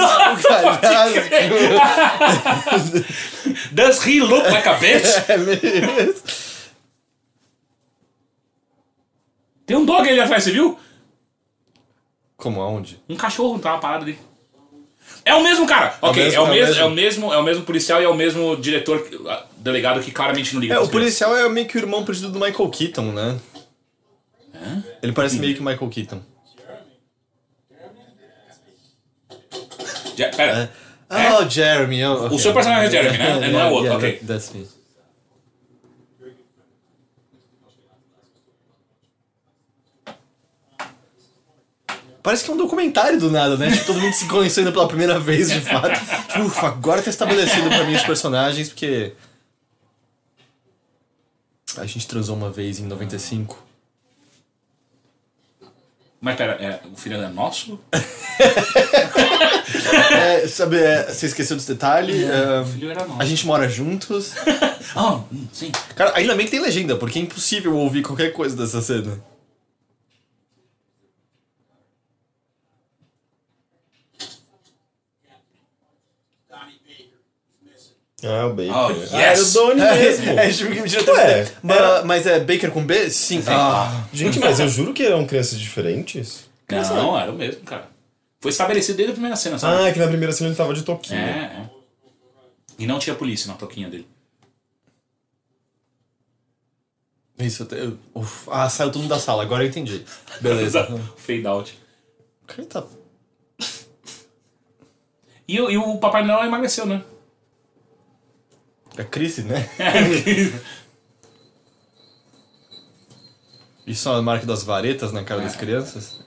[SPEAKER 2] galhos.
[SPEAKER 1] Does he look like a bitch?
[SPEAKER 2] É mesmo.
[SPEAKER 1] Tem um dog ali atrás, você viu?
[SPEAKER 2] Como aonde?
[SPEAKER 1] Um cachorro tava parado ali. É o mesmo cara! Ok,
[SPEAKER 2] mesmo,
[SPEAKER 1] é o
[SPEAKER 2] é o
[SPEAKER 1] mesmo,
[SPEAKER 2] mesmo.
[SPEAKER 1] é o mesmo, é o mesmo policial e é o mesmo diretor que- ah, delegado que claramente não liga.
[SPEAKER 2] É,
[SPEAKER 1] pras
[SPEAKER 2] o
[SPEAKER 1] crianças.
[SPEAKER 2] policial é meio que o irmão perdido do Michael Keaton, né? Ele parece meio que o Michael Keaton.
[SPEAKER 1] Já- Pera, É?
[SPEAKER 2] Oh, Jeremy. oh,
[SPEAKER 1] O
[SPEAKER 2] okay.
[SPEAKER 1] seu personagem é Jeremy, né? Não é o outro, ok.
[SPEAKER 2] that- that's me. Parece que é um documentário do nada, né? Tipo, todo mundo se conhecendo pela primeira vez, de fato. Tipo, Ufa, agora tá estabelecido pra mim os personagens, porque... A gente transou uma vez em 95.
[SPEAKER 1] Mas pera, é, o filho é nosso?
[SPEAKER 2] É, sabe, é, você esqueceu desse detalhe. é,
[SPEAKER 1] O filho era nosso.
[SPEAKER 2] a gente mora juntos.
[SPEAKER 1] Ah, hum, sim.
[SPEAKER 2] Cara, ainda bem que tem legenda, porque é impossível ouvir qualquer coisa dessa cena.
[SPEAKER 5] Donnie Baker is missing.
[SPEAKER 3] Ah, o Baker.
[SPEAKER 1] Oh,
[SPEAKER 3] Ah, era o
[SPEAKER 1] yes.
[SPEAKER 3] Donnie mesmo!
[SPEAKER 2] É, tipo, que diretor.
[SPEAKER 3] Ué,
[SPEAKER 2] mas,
[SPEAKER 3] era-
[SPEAKER 2] mas é Baker com B? Sim. Ah,
[SPEAKER 3] Gente, mas eu juro que eram crianças diferentes.
[SPEAKER 1] Não, era o mesmo, cara. Foi estabelecido desde a primeira cena, sabe?
[SPEAKER 3] Ah, é que na primeira cena ele tava de
[SPEAKER 1] é,
[SPEAKER 3] toquinho.
[SPEAKER 1] é. E não tinha polícia na toquinha dele.
[SPEAKER 2] isso. eu te- eu- uf, ah, saiu todo mundo da sala, agora eu entendi. Beleza.
[SPEAKER 1] Fade out.
[SPEAKER 2] O cara tá-
[SPEAKER 1] E, o- e o Papai Noel emagreceu, né?
[SPEAKER 2] É crise, né? Isso é a marca das varetas na cara das crianças?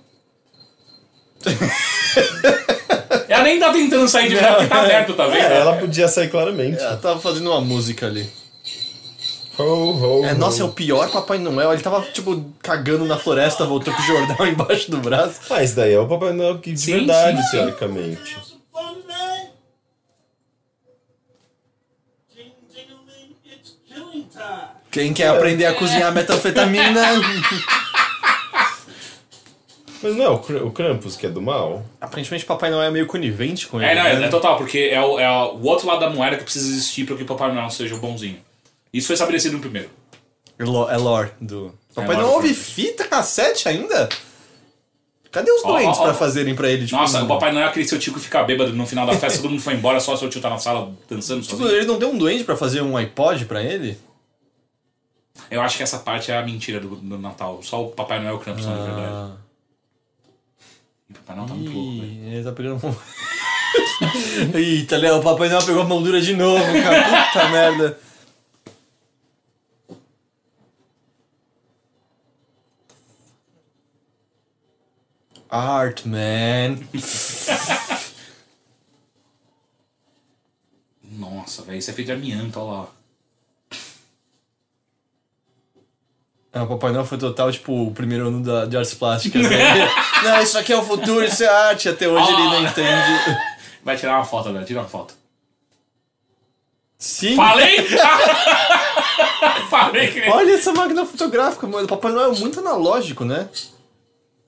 [SPEAKER 1] Ela nem tá tentando sair de lá porque tá aberto, tá vendo?
[SPEAKER 3] É, ela podia sair claramente.
[SPEAKER 2] Ela tava fazendo uma música ali.
[SPEAKER 3] Ho, ho,
[SPEAKER 2] É, nossa, é
[SPEAKER 3] ho.
[SPEAKER 2] o pior Papai Noel. Ele tava, tipo, cagando na floresta, voltou com o jornal embaixo do braço.
[SPEAKER 3] Ah, esse daí é o Papai Noel que de
[SPEAKER 1] Sim,
[SPEAKER 3] verdade,
[SPEAKER 1] sim, sim.
[SPEAKER 3] teoricamente.
[SPEAKER 5] Have some fun today? Ding, ding-a-ling, it's killing time.
[SPEAKER 2] Quem quer aprender a cozinhar metanfetamina?
[SPEAKER 3] Mas não é o, Kr- o Krampus que é do mal?
[SPEAKER 2] Aparentemente, Papai Noel é meio conivente com ele.
[SPEAKER 1] É, não, é,
[SPEAKER 2] né?
[SPEAKER 1] é total, porque é o, é o outro lado da moeda que precisa existir pra que o Papai Noel seja o bonzinho. Isso foi estabelecido no primeiro.
[SPEAKER 2] É lo- É lore do. Papai
[SPEAKER 1] É, lore
[SPEAKER 2] Noel
[SPEAKER 1] do
[SPEAKER 2] ouve
[SPEAKER 1] Krampus.
[SPEAKER 2] fita cassete ainda? Cadê os
[SPEAKER 1] Ó,
[SPEAKER 2] doentes
[SPEAKER 1] ó, ó.
[SPEAKER 2] pra fazerem pra ele? Tipo,
[SPEAKER 1] Nossa,
[SPEAKER 2] um-
[SPEAKER 1] o Papai Noel é aquele seu tio que fica bêbado no final da festa, todo mundo foi embora, só seu tio tá na sala dançando
[SPEAKER 2] Tipo,
[SPEAKER 1] sozinho.
[SPEAKER 2] ele não deu um doente pra fazer um iPod pra ele?
[SPEAKER 1] Eu acho que essa parte é a mentira do, do Natal. Só o Papai Noel e o Krampus são de É verdade.
[SPEAKER 2] Ah.
[SPEAKER 1] E o Papai Noel tá muito louco, velho.
[SPEAKER 2] Ih, ele tá pegando mão. Eita, Léo, o Papai Noel pegou a mão dura de novo, cara. Puta merda. Art, man.
[SPEAKER 1] Nossa, velho, isso é feito de amianto, olha lá.
[SPEAKER 2] Ah, o Papai Noel foi total, tipo, o primeiro ano da, de artes plásticas. né? Não, isso aqui é o futuro, isso é arte. Até hoje ele
[SPEAKER 1] Ah.
[SPEAKER 2] não entende.
[SPEAKER 1] Vai tirar uma foto, velho, tira uma foto.
[SPEAKER 2] Sim.
[SPEAKER 1] Falei! Falei que ele...
[SPEAKER 2] Olha essa máquina fotográfica, mano. O Papai Noel é muito analógico, né?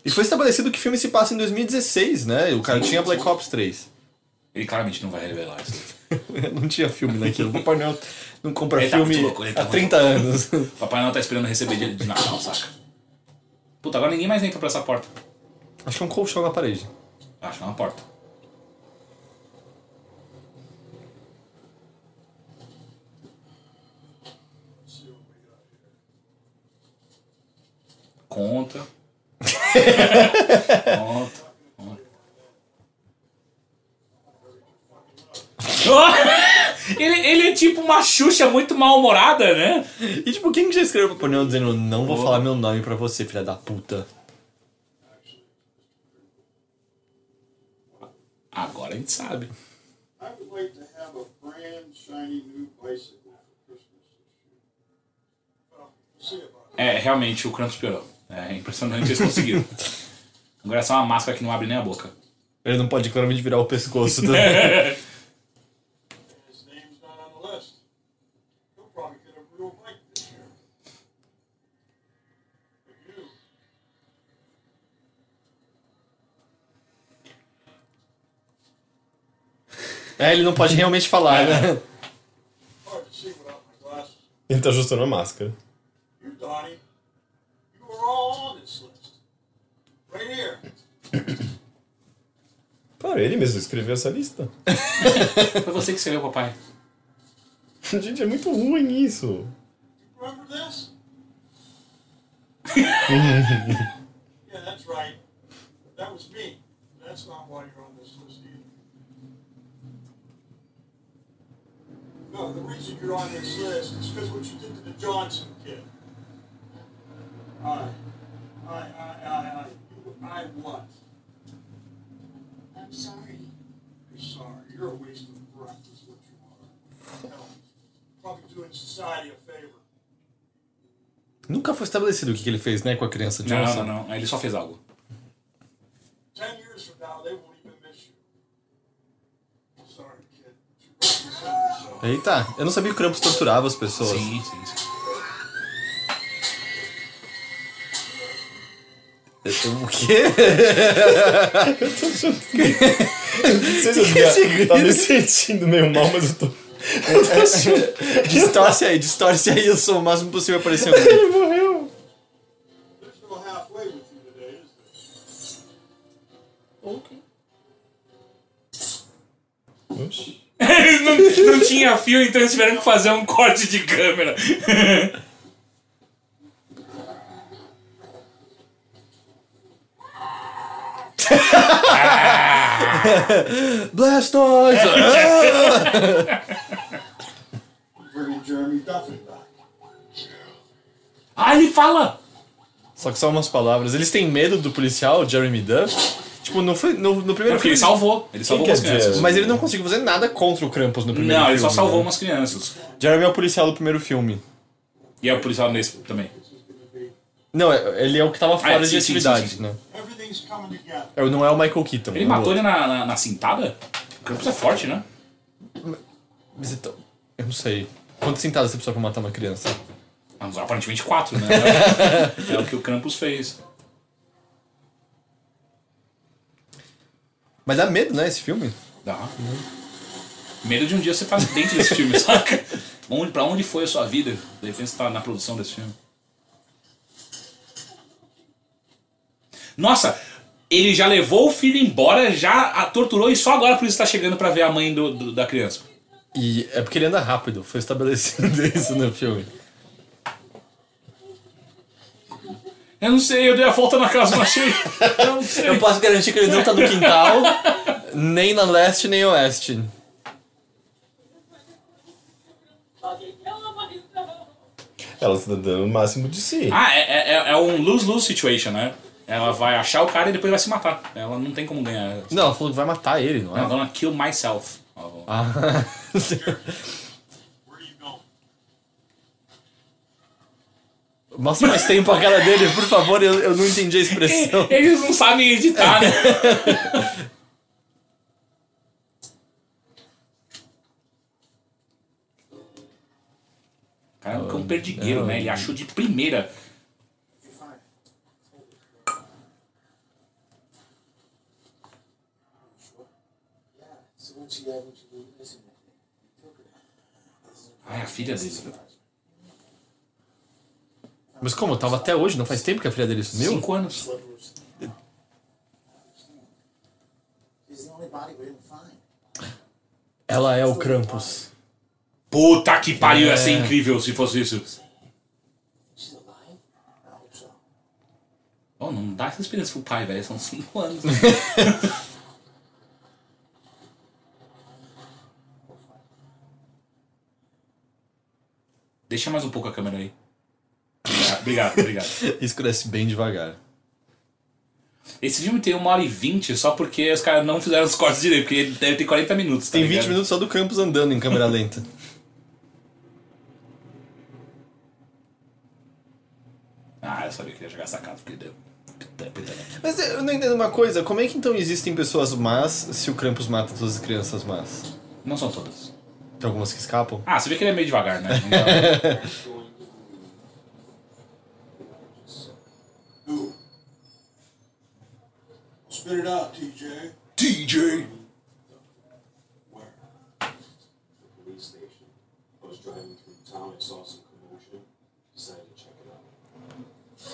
[SPEAKER 2] E foi estabelecido que o filme se passa em 2016, né? O cara tinha Black Ops 3.
[SPEAKER 1] Ele claramente não vai revelar isso.
[SPEAKER 2] não tinha filme naquilo. O Papai Noel não compra
[SPEAKER 1] Ele tá
[SPEAKER 2] filme
[SPEAKER 1] muito louco, ele tá
[SPEAKER 2] há
[SPEAKER 1] muito
[SPEAKER 2] 30 anos.
[SPEAKER 1] O Papai Noel tá esperando receber dinheiro de Natal, saca? Puta, agora ninguém mais entra por essa porta.
[SPEAKER 2] Acho que é um colchão na parede.
[SPEAKER 1] Acho que é uma porta. Conta. Conta. Conta. ele, ele é tipo uma Xuxa muito mal-humorada, né?
[SPEAKER 2] E tipo, quem que já escreveu o Papai Noel dizendo não vou falar meu nome pra você, filha da puta?
[SPEAKER 1] Agora a gente sabe.
[SPEAKER 5] I would like to have a brand shiny new bicycle for Christmas this year. Well, we'll see about it.
[SPEAKER 1] É, realmente o Krampus piorou. É impressionante eles conseguiram. Agora é só uma máscara que não abre nem a boca.
[SPEAKER 2] Ele não pode claramente virar o pescoço do...
[SPEAKER 5] His name's not on the list. He'll probably get a real bike this year. But you,
[SPEAKER 2] É, ele não pode realmente falar, né?
[SPEAKER 5] hard to see without my glasses.
[SPEAKER 3] Ele tá ajustando a máscara.
[SPEAKER 5] You, Donnie, you are all on this list. Right here.
[SPEAKER 3] Claro, ele mesmo escreveu essa lista.
[SPEAKER 1] Foi você que escreveu, papai.
[SPEAKER 3] Gente, é muito ruim isso.
[SPEAKER 5] Remember this? yeah, that's right. That was me. That's not why you're on this list either. No, the reason you're on this list is because what you did to the Johnson kid. I, I, I, I, I, you, I what?
[SPEAKER 4] I'm sorry.
[SPEAKER 5] You're sorry. You're a waste of breath, is what you are. Hell, probably doing society a favor.
[SPEAKER 2] Nunca foi estabelecido o que que ele fez, né, com a criança de
[SPEAKER 1] Não,
[SPEAKER 2] Johnson.
[SPEAKER 1] não, não, não. Ele só fez algo.
[SPEAKER 5] Ten years from now, they won't even miss you. Sorry, kid. You represent yourself.
[SPEAKER 2] Eita, eu não sabia que o Krampus torturava as pessoas.
[SPEAKER 1] Sim, sim, sim.
[SPEAKER 2] O um quê?
[SPEAKER 3] Vocês
[SPEAKER 2] que é esse grito?
[SPEAKER 3] tá me sentindo meio mal, mas eu tô. Eu tô achando.
[SPEAKER 2] Distorce aí, distorce aí, eu sou o máximo possível aparecer um.
[SPEAKER 3] Ele morreu.
[SPEAKER 5] There's no halfway with you today, is there?
[SPEAKER 3] Oxi.
[SPEAKER 1] Eles não, não tinha fio, então eles tiveram que fazer um corte de câmera.
[SPEAKER 2] Blastoise!
[SPEAKER 1] É,
[SPEAKER 2] É.
[SPEAKER 5] Bringing Jeremy Duffin back.
[SPEAKER 1] Ah, ele fala!
[SPEAKER 2] Só que só umas palavras. Eles têm medo do policial, Jeremy Duff? Tipo, não foi, no, no
[SPEAKER 1] É
[SPEAKER 2] primeiro
[SPEAKER 1] Porque ele
[SPEAKER 2] filme...
[SPEAKER 1] salvou. Ele salvou
[SPEAKER 3] que é
[SPEAKER 1] umas crianças.
[SPEAKER 3] Jeremy?
[SPEAKER 2] Mas ele não conseguiu fazer nada contra o Krampus no primeiro
[SPEAKER 1] Não,
[SPEAKER 2] filme.
[SPEAKER 1] ele só salvou
[SPEAKER 2] né?
[SPEAKER 1] umas crianças.
[SPEAKER 2] Jeremy é o policial do primeiro filme.
[SPEAKER 1] E é o policial nesse também.
[SPEAKER 5] This is gonna be,
[SPEAKER 2] Não, é- ele é o que tava fora
[SPEAKER 1] sim,
[SPEAKER 2] de
[SPEAKER 1] Ah, sim,
[SPEAKER 2] atividade,
[SPEAKER 1] sim, sim.
[SPEAKER 2] né?
[SPEAKER 5] everything's coming together.
[SPEAKER 2] É, Não é o Michael Keaton.
[SPEAKER 1] Ele
[SPEAKER 2] é o
[SPEAKER 1] matou
[SPEAKER 2] outro.
[SPEAKER 1] ele na, na, na cintada? O Krampus é forte, né?
[SPEAKER 2] Mas então, eu não sei. Quantas sentadas você precisa pra matar uma criança?
[SPEAKER 1] Ah, mas Aparentemente quatro, né? é o que o Krampus fez.
[SPEAKER 2] Mas dá medo, né, esse filme?
[SPEAKER 1] Dá. né? Medo de um dia você tá dentro desse filme, saca? Onde, pra onde foi a sua vida? De repente você tá na produção desse filme. Nossa, ele já levou o filho embora, já a torturou e só agora por isso tá chegando pra ver a mãe do, do- da criança.
[SPEAKER 2] E é porque ele anda rápido, foi estabelecido isso no filme.
[SPEAKER 1] Eu não sei, eu dei a volta na casa, não achei. Eu não sei.
[SPEAKER 2] Eu posso garantir que ele não tá no quintal, nem na leste, nem oeste.
[SPEAKER 4] Fucking kill myself.
[SPEAKER 3] Ela tá dando o máximo de si.
[SPEAKER 1] Ah, é, é, é um lose-lose situation, né? Ela vai achar o cara e depois vai se matar. Ela não tem como ganhar.
[SPEAKER 2] Não, ela falou que vai matar ele, não é?
[SPEAKER 1] I'm gonna kill myself. Ó, ó.
[SPEAKER 2] Ah.
[SPEAKER 7] Where are you going?
[SPEAKER 2] Mostra mais tempo a cara dele, por favor, eu, eu não entendi a expressão.
[SPEAKER 1] Eles não sabem editar, né? O cara é um cão perdigueiro, né? Ele achou de primeira.
[SPEAKER 6] So when she had, when she was missing that thing, we took her.
[SPEAKER 1] Ai, a filha dele.
[SPEAKER 2] Mas como? Tava até hoje, não faz tempo que a filha dele sumiu?
[SPEAKER 1] Cinco anos.
[SPEAKER 6] Blood was. She's the only body we didn't find.
[SPEAKER 2] Ela é o Krampus.
[SPEAKER 1] Puta que pariu, ia ser
[SPEAKER 2] É.
[SPEAKER 1] incrível se fosse isso.
[SPEAKER 6] She's alive? I hope so.
[SPEAKER 1] Oh, não dá essa experiência pro pai, velho. São cinco anos. Deixa mais um pouco a câmera aí. Obrigado, obrigado. obrigado.
[SPEAKER 2] Isso cresce bem devagar.
[SPEAKER 1] Esse filme tem uma hora e vinte só porque os caras não fizeram os cortes direito, porque ele deve ter 40 minutos. tá
[SPEAKER 2] Tem
[SPEAKER 1] ligado?
[SPEAKER 2] 20 minutos só do Krampus andando em câmera lenta.
[SPEAKER 1] Ah, eu sabia que ia jogar sacado, porque deu. pita- pita-
[SPEAKER 2] Mas eu não entendo uma coisa, como é que então existem pessoas más se o Krampus mata todas as crianças más?
[SPEAKER 1] Não são todas.
[SPEAKER 2] Tem algumas que escapam?
[SPEAKER 1] Ah, você vê que ele é meio devagar, né? Não dá-
[SPEAKER 5] Who? Spit it out, TJ.
[SPEAKER 1] DJ!
[SPEAKER 5] Where?
[SPEAKER 8] the police station. I was driving through town, I saw some commotion, decided to check it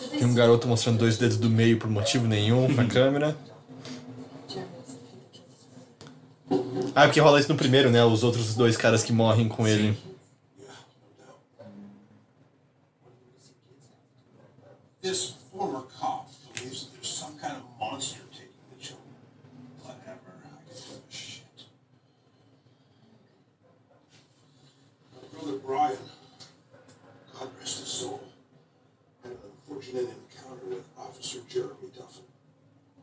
[SPEAKER 8] out.
[SPEAKER 2] Tem um garoto mostrando dois dedos do meio por motivo nenhum pra câmera. Ah, porque rola isso no primeiro, né? Os outros dois caras que morrem com ele.
[SPEAKER 5] This former cop believes that there's some kind of monster taking the children. Whatever, I can give a shit. My brother Brian, God rest his soul, had an unfortunate encounter with Officer Jeremy Duffin.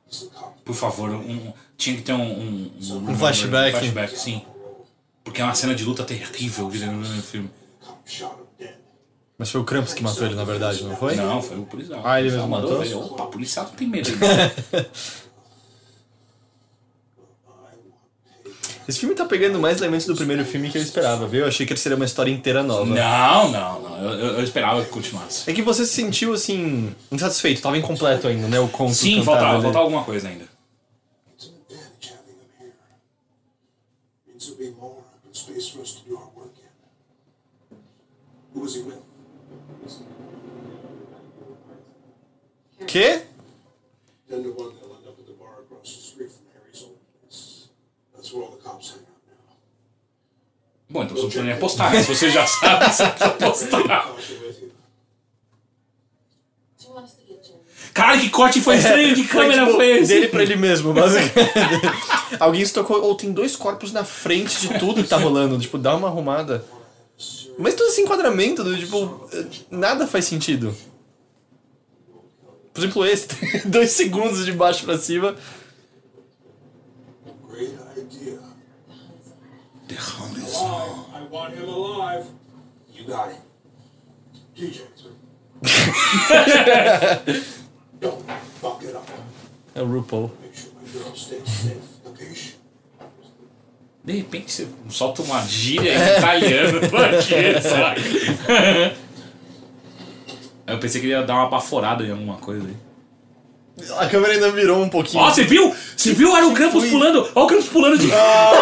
[SPEAKER 5] He's the cop
[SPEAKER 1] Por favor, um, tinha que ter um. Um, um-
[SPEAKER 2] Um flashback.
[SPEAKER 1] um flashback, sim. Porque é uma cena de luta terrível que tem no filme.
[SPEAKER 5] the cop shot him dead.
[SPEAKER 2] Mas foi o Krampus que matou ele, na verdade, não foi?
[SPEAKER 1] Não, foi o policial.
[SPEAKER 2] Ah, ele
[SPEAKER 1] O policial
[SPEAKER 2] mesmo
[SPEAKER 1] mandou
[SPEAKER 2] matou?
[SPEAKER 1] ver. Opa, o policial não tem medo. né?
[SPEAKER 5] I want pay.
[SPEAKER 2] Esse filme tá pegando mais elementos do primeiro filme que eu esperava, viu? Eu achei que ele seria uma história inteira nova.
[SPEAKER 1] não, não, não. Eu, eu- eu esperava que continuasse.
[SPEAKER 2] É que você se sentiu, assim, insatisfeito. Tava incompleto ainda, né? O conto
[SPEAKER 1] Sim,
[SPEAKER 2] cantado
[SPEAKER 1] faltava,
[SPEAKER 2] ali.
[SPEAKER 1] faltava alguma coisa ainda.
[SPEAKER 5] It's an advantage having him here. Means there'll be more open space for us to do our work in. Who was he with?
[SPEAKER 2] Quê?
[SPEAKER 5] Then the one that'll end up at the bar across the street from Harry's old place. That's where all the cops hang out now.
[SPEAKER 1] Bom, então você não ia postar, né? Se você já sabe, você precisa postar.
[SPEAKER 5] I'll be with you.
[SPEAKER 4] Do you want us to get Jeremy?
[SPEAKER 1] Caralho, que corte foi estranho de câmera
[SPEAKER 2] tipo,
[SPEAKER 1] foi assim. esse?
[SPEAKER 2] Dele pra ele mesmo, basicamente. Alguém se tocou, ou tem dois corpos na frente de tudo que tá rolando. Tipo, dá uma arrumada. Mas todo esse enquadramento, do, tipo, eh, nada faz sentido. Por exemplo, esse, tem dois segundos de baixo pra cima.
[SPEAKER 5] Great idea. Alive. I want him alive. You got it. DJ. Don't fuck it up.
[SPEAKER 2] É o RuPaul.
[SPEAKER 5] Make sure my girl stays safe. Capiche?
[SPEAKER 1] De repente você solta uma gíria em italiano porque, saca? Aí Eu pensei que ele ia dar uma baforada em alguma coisa aí.
[SPEAKER 2] A câmera ainda virou um pouquinho.
[SPEAKER 1] Ó, você viu? Você viu? Olha o Krampus pulando! Olha o Krampus pulando de. Nossa,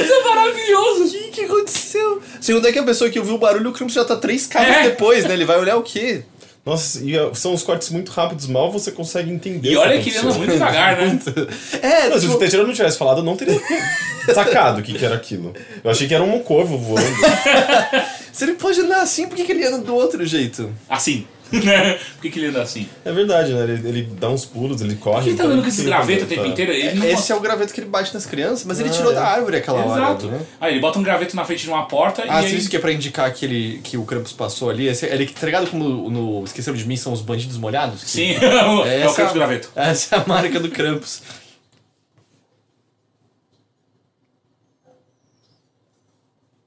[SPEAKER 1] isso é maravilhoso!
[SPEAKER 2] O que aconteceu? Segundo é que a pessoa que ouviu o barulho, o Krampus já tá três casas
[SPEAKER 1] É.
[SPEAKER 2] depois, né? Ele vai olhar o quê?
[SPEAKER 3] Nossa, e ah, são uns cortes muito rápidos, mal você consegue entender.
[SPEAKER 1] E
[SPEAKER 3] o
[SPEAKER 1] olha que ele
[SPEAKER 3] aconteceu.
[SPEAKER 1] anda muito devagar, né?
[SPEAKER 2] É,
[SPEAKER 3] Não, se o
[SPEAKER 2] tipo,
[SPEAKER 3] Tetira não tivesse falado, eu não teria sacado o que, que era aquilo. Eu achei que era um corvo voando.
[SPEAKER 2] se ele pode andar assim, por que, que ele anda do outro jeito?
[SPEAKER 1] Assim. né? Por que, que ele anda assim? Por
[SPEAKER 3] É verdade, né? Ele, ele dá uns pulos, ele corre.
[SPEAKER 1] que ele tá
[SPEAKER 3] então
[SPEAKER 1] andando com esses
[SPEAKER 3] tem
[SPEAKER 1] gravetos o
[SPEAKER 3] como
[SPEAKER 1] tempo
[SPEAKER 3] tá.
[SPEAKER 1] inteiro? Ele não Ah, é.
[SPEAKER 2] Esse é o graveto que ele bate nas crianças, mas ele tirou da árvore aquela
[SPEAKER 1] Exato.
[SPEAKER 2] hora. né?
[SPEAKER 1] Aí ele bota um graveto na frente de uma porta
[SPEAKER 2] Ah,
[SPEAKER 1] e
[SPEAKER 2] se
[SPEAKER 1] aí...
[SPEAKER 2] isso que é pra indicar que, ele, que o Krampus passou ali. Esse, ele, tá ligado como no Esqueceram de Mim são os bandidos molhados? Que-
[SPEAKER 1] Sim, é, o
[SPEAKER 2] essa-
[SPEAKER 1] Krampus graveto.
[SPEAKER 2] Essa é a marca do Krampus.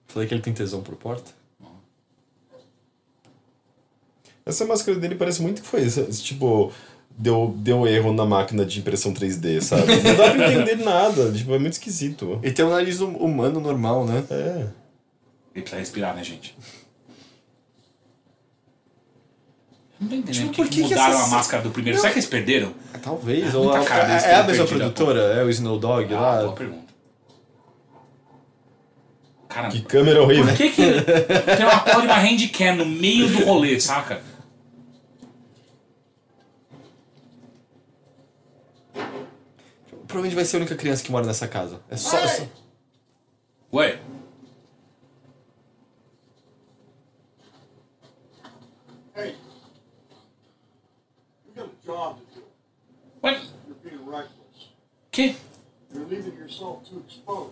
[SPEAKER 2] Falei que ele tem tesão por porta?
[SPEAKER 3] Essa máscara dele parece muito que foi isso. Tipo, deu, deu erro na máquina de impressão 3D, sabe? Não dá pra entender nada. Tipo, é muito esquisito.
[SPEAKER 2] Ele tem um nariz hum- humano normal, né?
[SPEAKER 3] É.
[SPEAKER 1] Ele precisa respirar, né, gente? Não tô entendendo.
[SPEAKER 2] Tipo,
[SPEAKER 1] por que,
[SPEAKER 2] por
[SPEAKER 1] que,
[SPEAKER 2] que que
[SPEAKER 1] mudaram
[SPEAKER 2] essa-
[SPEAKER 1] a máscara do primeiro? Será que eles perderam?
[SPEAKER 2] Talvez. ou
[SPEAKER 1] muita
[SPEAKER 2] a-
[SPEAKER 1] cara desse
[SPEAKER 2] é a
[SPEAKER 1] tempo
[SPEAKER 2] mesma
[SPEAKER 1] perdido, né?
[SPEAKER 2] produtora, é o Snow Dog
[SPEAKER 1] Ah, boa
[SPEAKER 2] lá.
[SPEAKER 1] pergunta. Cara,
[SPEAKER 3] Que câmera
[SPEAKER 2] é
[SPEAKER 3] horrível.
[SPEAKER 2] né?
[SPEAKER 1] por que que tem uma porra de uma handcam no meio do rolê, saca?
[SPEAKER 2] Provavelmente vai ser a única criança que mora nessa casa. É só. só-
[SPEAKER 1] Ué,
[SPEAKER 5] Hey, you got a job to do.
[SPEAKER 1] ué,
[SPEAKER 5] You're being reckless.
[SPEAKER 1] que?
[SPEAKER 5] You're leaving yourself too exposed.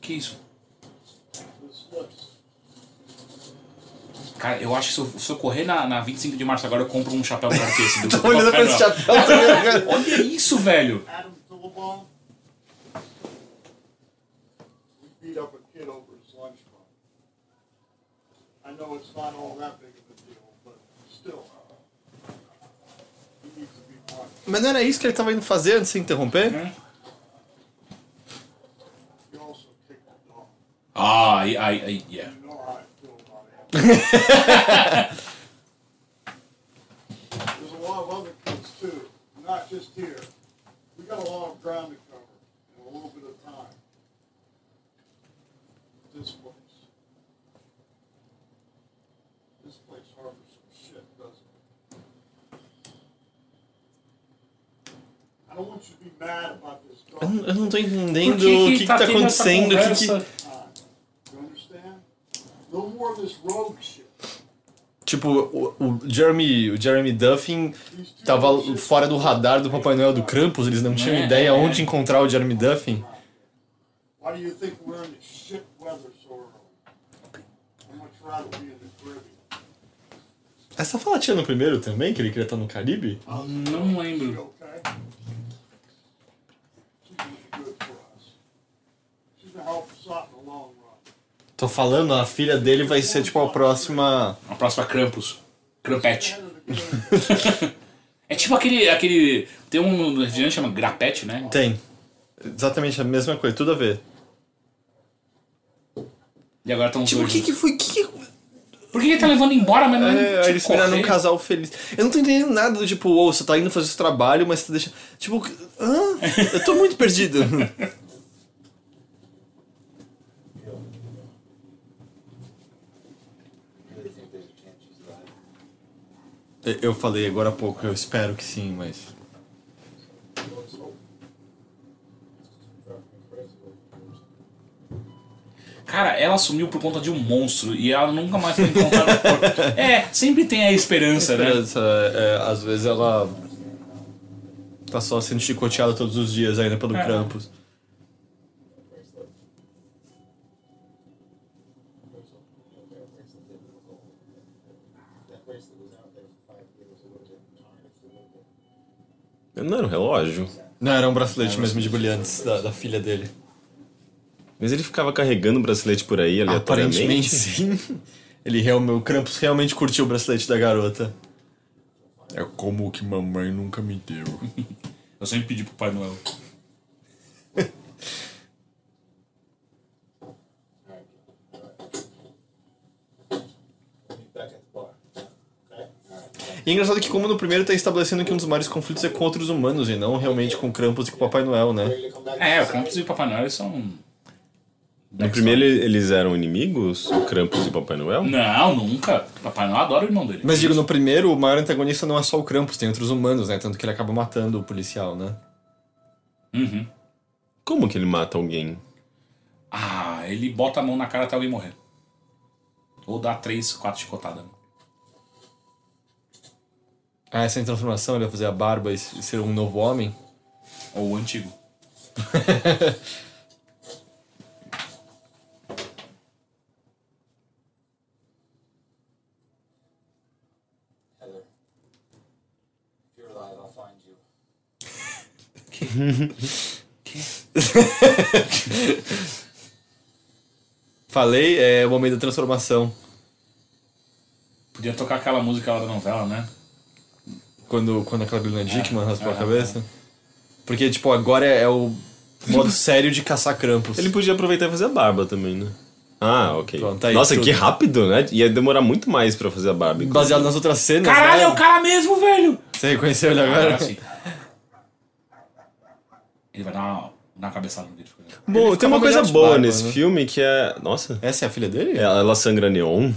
[SPEAKER 1] Que isso?
[SPEAKER 5] This slips.
[SPEAKER 1] Cara, eu acho que se eu, se eu correr na, na 25 de março agora, eu compro um chapéu pra ter esse.
[SPEAKER 2] Tô olhando pra esse tá chapéu. tô olhando.
[SPEAKER 1] Olha isso, velho.
[SPEAKER 5] Adam Philball. We beat up a kid over his lunch money. I know it's not all that big of a deal, but still. uh, He needs to be punished.
[SPEAKER 2] Mas não era isso que ele tava indo fazer antes de se interromper?
[SPEAKER 1] Uhum.
[SPEAKER 5] He also kicked the dog.
[SPEAKER 1] Ah, aí, aí, aí, yeah.
[SPEAKER 5] You know how I feel about it. There's a lot of other kids too, not just here. We got a lot of ground to cover in a little bit of time. This place. This place harbors some shit, doesn't it? I don't want you to be mad about this
[SPEAKER 2] Eu
[SPEAKER 5] dog.
[SPEAKER 2] não- eu não tô entendendo
[SPEAKER 1] Por
[SPEAKER 2] o
[SPEAKER 1] que que
[SPEAKER 2] que, que
[SPEAKER 1] tá
[SPEAKER 2] tá,
[SPEAKER 1] tendo essa
[SPEAKER 2] acontecendo. o que que-
[SPEAKER 1] conversa?
[SPEAKER 5] You understand? No more of this rogue shit.
[SPEAKER 2] Tipo, o, o Jeremy, o Jeremy Duffin tava fora do radar do Papai Noel do Krampus, eles não tinham
[SPEAKER 1] É,
[SPEAKER 2] ideia
[SPEAKER 1] é.
[SPEAKER 2] onde encontrar o Jeremy Duffin.
[SPEAKER 5] Why do you think we're in this shit weather so early? How much rather be in the Caribbean?
[SPEAKER 2] Essa fala tinha no primeiro também, que ele queria estar no Caribe?
[SPEAKER 1] Ah, Não
[SPEAKER 2] Mm.
[SPEAKER 1] lembro.
[SPEAKER 5] okay? She's gonna be good for us. She's gonna help us out in the long run.
[SPEAKER 2] Tô falando, a filha dele vai ser tipo a próxima.
[SPEAKER 1] A próxima Krampus. Krampete.
[SPEAKER 5] Get her together.
[SPEAKER 1] É tipo aquele. aquele tem um refrigerante que chama Grapete, né?
[SPEAKER 2] Tem. Exatamente a mesma coisa, tudo a ver.
[SPEAKER 1] E agora tá estão
[SPEAKER 2] Tipo, o que que foi? Que que...
[SPEAKER 1] Por que ele tá levando embora, mas não
[SPEAKER 2] É,
[SPEAKER 1] tipo,
[SPEAKER 2] eles viraram um
[SPEAKER 1] correr?
[SPEAKER 2] casal feliz. Eu não tô entendendo nada do tipo, ou você tá indo fazer seu trabalho, mas você tá deixando. Tipo, hã? Eu tô muito perdido. Eu falei agora há pouco, eu espero que sim, mas.
[SPEAKER 1] Cara, ela sumiu por conta de um monstro e ela nunca mais foi encontrada. no corpo. é, sempre tem a esperança, né?
[SPEAKER 2] Essa, é, às vezes ela tá só sendo chicoteada todos os dias ainda pelo Krampus.
[SPEAKER 3] Não era um relógio.
[SPEAKER 2] um Não, era um bracelete mesmo de brilhantes da, da filha dele.
[SPEAKER 9] Mas ele ficava carregando o bracelete por aí, aleatoriamente.
[SPEAKER 2] Aparentemente sim. Ele realmente, o Krampus realmente curtiu o bracelete da garota. É como o que mamãe nunca me deu.
[SPEAKER 1] Eu sempre pedi pro Pai Noel.
[SPEAKER 2] E é engraçado que como no primeiro tá estabelecendo que um dos maiores conflitos é com outros humanos e não realmente com o Krampus e com o Papai Noel, né?
[SPEAKER 1] É, o Krampus e o Papai Noel eles são.
[SPEAKER 2] né,
[SPEAKER 9] No primeiro eles eram inimigos, o Krampus e o Papai Noel?
[SPEAKER 1] Não, nunca. O Papai Noel adora o irmão dele.
[SPEAKER 2] Mas digo, no primeiro, o maior antagonista não é só o Krampus, tem outros humanos, né? Tanto que ele acaba matando o policial, né?
[SPEAKER 1] Uhum.
[SPEAKER 9] Como que ele mata alguém?
[SPEAKER 1] Ah, ele bota a mão na cara até alguém morrer. Ou dá três, quatro chicotadas.
[SPEAKER 2] Ah, essa transformação, ele vai fazer a barba e s- ser um novo homem.
[SPEAKER 1] Ou o antigo.
[SPEAKER 6] Heather, if you're alive, I'll find you.
[SPEAKER 2] Falei, é o homem da transformação.
[SPEAKER 1] Podia tocar aquela música lá da novela, né?
[SPEAKER 2] Quando, quando aquela Billy Dickman raspou a cabeça. Porque, tipo, agora é, é o modo sério de caçar Krampus.
[SPEAKER 9] Ele podia aproveitar e fazer a barba também, né? Ah, ok.
[SPEAKER 2] Pronto, tá aí
[SPEAKER 9] Nossa,
[SPEAKER 2] tudo.
[SPEAKER 9] que rápido, né? Ia demorar muito mais pra fazer a barba.
[SPEAKER 2] Baseado nas outras cenas,
[SPEAKER 1] Caralho, é
[SPEAKER 2] né?
[SPEAKER 1] o cara mesmo, velho!
[SPEAKER 2] Você reconheceu ele agora?
[SPEAKER 1] Agora sim. Ele vai dar uma, dar uma cabeçada no vídeo.
[SPEAKER 9] Bom, tem uma
[SPEAKER 2] ficava
[SPEAKER 9] coisa
[SPEAKER 2] melhor de
[SPEAKER 9] boa
[SPEAKER 2] barba,
[SPEAKER 9] nesse
[SPEAKER 2] né?
[SPEAKER 9] filme que é. Nossa.
[SPEAKER 2] Essa é a filha dele?
[SPEAKER 9] Ela, ela sangra neon.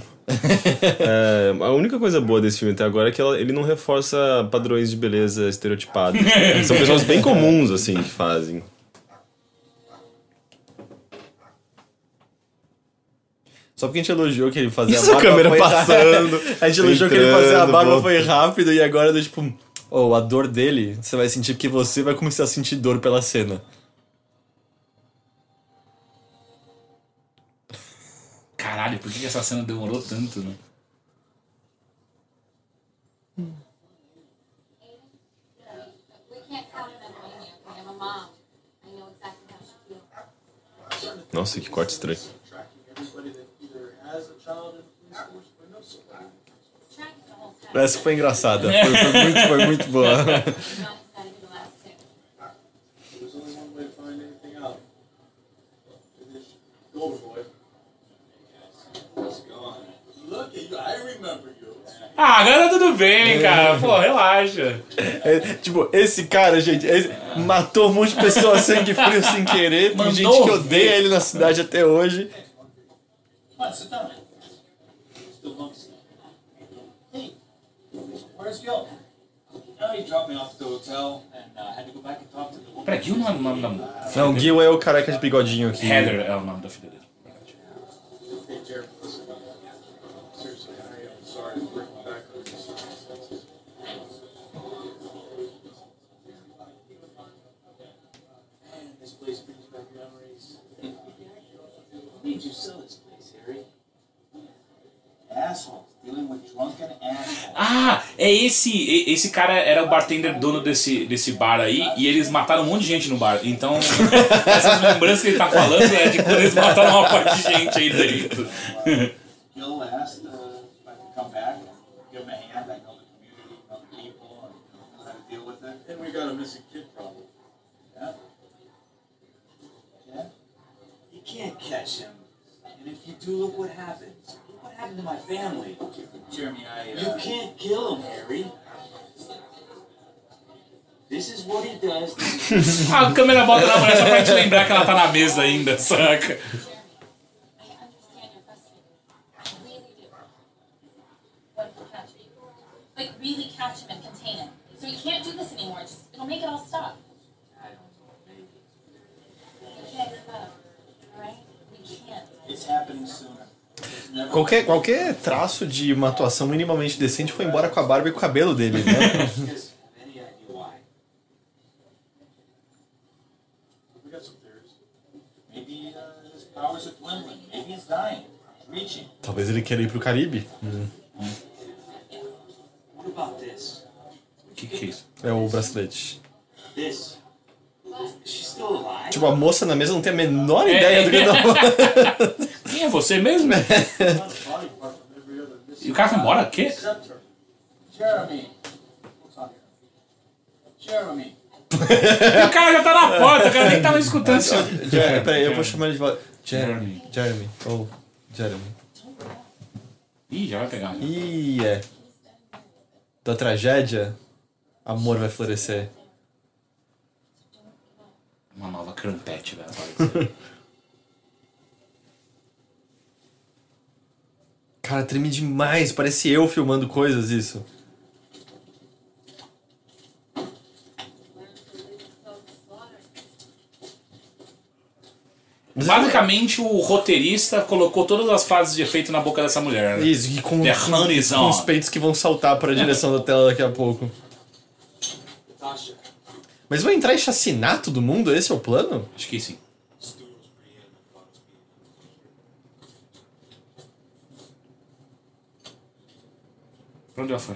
[SPEAKER 9] É, a única coisa boa desse filme até agora é que ela- ele não reforça padrões de beleza estereotipados. São pessoas bem comuns, assim, que fazem.
[SPEAKER 2] Só porque a gente elogiou que ele fazia
[SPEAKER 9] Isso,
[SPEAKER 2] a
[SPEAKER 9] a
[SPEAKER 2] barba.
[SPEAKER 9] câmera
[SPEAKER 2] foi-
[SPEAKER 9] passando.
[SPEAKER 2] a gente elogiou que ele fazia a
[SPEAKER 9] entrando,
[SPEAKER 2] barba
[SPEAKER 9] pô.
[SPEAKER 2] foi rápido e agora, do tipo, oh, a dor dele, você vai sentir porque você vai começar a sentir dor pela cena.
[SPEAKER 1] Caralho, por que que essa cena demorou tanto, né?
[SPEAKER 4] We can't count on them being here. I am a mom. I know exactly how she feels.
[SPEAKER 9] Nossa, que corte estranho.
[SPEAKER 7] Tracking everybody that either has a child in the police force or knows somebody.
[SPEAKER 4] Tracking the whole time.
[SPEAKER 2] Essa foi engraçada. Foi, foi muito, foi muito boa.
[SPEAKER 4] Not it's gotta be the last thing.
[SPEAKER 7] There's only one way to find anything out. It is Golden Boy. How's it going? Look at you, I remember you.
[SPEAKER 1] Ah, agora tudo bem, cara. Pô, relaxa.
[SPEAKER 2] É, tipo, esse cara, gente, esse- matou um monte de pessoas sangue frio sem querer. Tem
[SPEAKER 1] Mandou
[SPEAKER 2] gente que
[SPEAKER 1] ver.
[SPEAKER 2] odeia ele na cidade até hoje.
[SPEAKER 7] Come on, sit down. Still noticing. Hey, where's Gil? Oh, he dropped me off at the hotel and uh, had to go back and talk to the woman.
[SPEAKER 1] Peraí, Gil não é o nome da.
[SPEAKER 2] Não, o Gil é o careca de bigodinho aqui.
[SPEAKER 1] Heather é o nome da filha dele.
[SPEAKER 7] Hey, Jared, listen. Seriously, I am sorry for bringing back those circumstances. Man, this place brings back memories. Who made you sell this place, Harry? Assholes dealing with drunken assholes.
[SPEAKER 1] Ah, é esse. e- Esse cara era o bartender dono desse, desse bar aí e eles mataram um monte de gente no bar. Então, essas lembranças que ele tá falando é de quando eles mataram uma parte de gente aí dentro.
[SPEAKER 7] Gil asked uh, if I could come back and give him a hand. I know the community, know the people, and know how to deal with it. And we got a missing kid problem. Yeah. Yeah? You can't catch him. And if you do, look what happens. Look what happened to my family. Jeremy, I. Uh... You can't kill him, Harry. This is what he does. This is
[SPEAKER 1] A câmera bota na mulher só pra te lembrar que ela tá na mesa ainda, saca?
[SPEAKER 4] I understand you're frustrated. I really do. What if we catch him? Like, really catch him and contain him. So he can't do this anymore. Just, it'll make it all stop. We can't give up, alright? We can't.
[SPEAKER 7] it's happening sooner. It's never
[SPEAKER 2] Qualquer, qualquer traço de uma atuação minimamente decente foi embora com a barba e com o cabelo dele, né?
[SPEAKER 7] Yes. Any idea why? We got some theories. Maybe uh, his powers are dwindling. Maybe he's dying. He's reaching.
[SPEAKER 2] Talvez ele queira ir pro Caribe.
[SPEAKER 7] What about this?
[SPEAKER 1] O que, que é isso?
[SPEAKER 2] É o bracelete.
[SPEAKER 7] This. She's still alive.
[SPEAKER 2] Tipo, a moça na mesa não tem a menor
[SPEAKER 1] É.
[SPEAKER 2] ideia do que tá
[SPEAKER 1] Quem é você mesmo?
[SPEAKER 7] Not a body part from every other
[SPEAKER 1] E o cara foi embora? Quê?
[SPEAKER 7] Except her. Jeremy. What's on here? Jeremy.
[SPEAKER 1] E o cara já tá na porta, o cara nem tá mais escutando isso.
[SPEAKER 2] Jeremy, peraí, eu vou chamar ele de volta. Jeremy. Jeremy. Ou Jeremy.
[SPEAKER 1] Ih, já vai pegar. já.
[SPEAKER 2] Ih, é. Da tragédia, amor vai florescer.
[SPEAKER 1] Uma nova né? crampete, velho. apareceu.
[SPEAKER 2] Cara, treme demais, parece eu filmando coisas isso.
[SPEAKER 1] Basicamente, o roteirista colocou todas as fases de efeito na boca dessa mulher. Né?
[SPEAKER 2] Isso, e com,
[SPEAKER 1] The
[SPEAKER 2] com,
[SPEAKER 1] Hun is
[SPEAKER 2] com os
[SPEAKER 1] on.
[SPEAKER 2] peitos que vão saltar pra direção da tela daqui a pouco.
[SPEAKER 8] Natasha,
[SPEAKER 2] Mas vai entrar e chacinar todo mundo? Esse é o plano?
[SPEAKER 1] Acho que sim.
[SPEAKER 8] students Brienne and Fox being
[SPEAKER 1] Pra onde ela foi?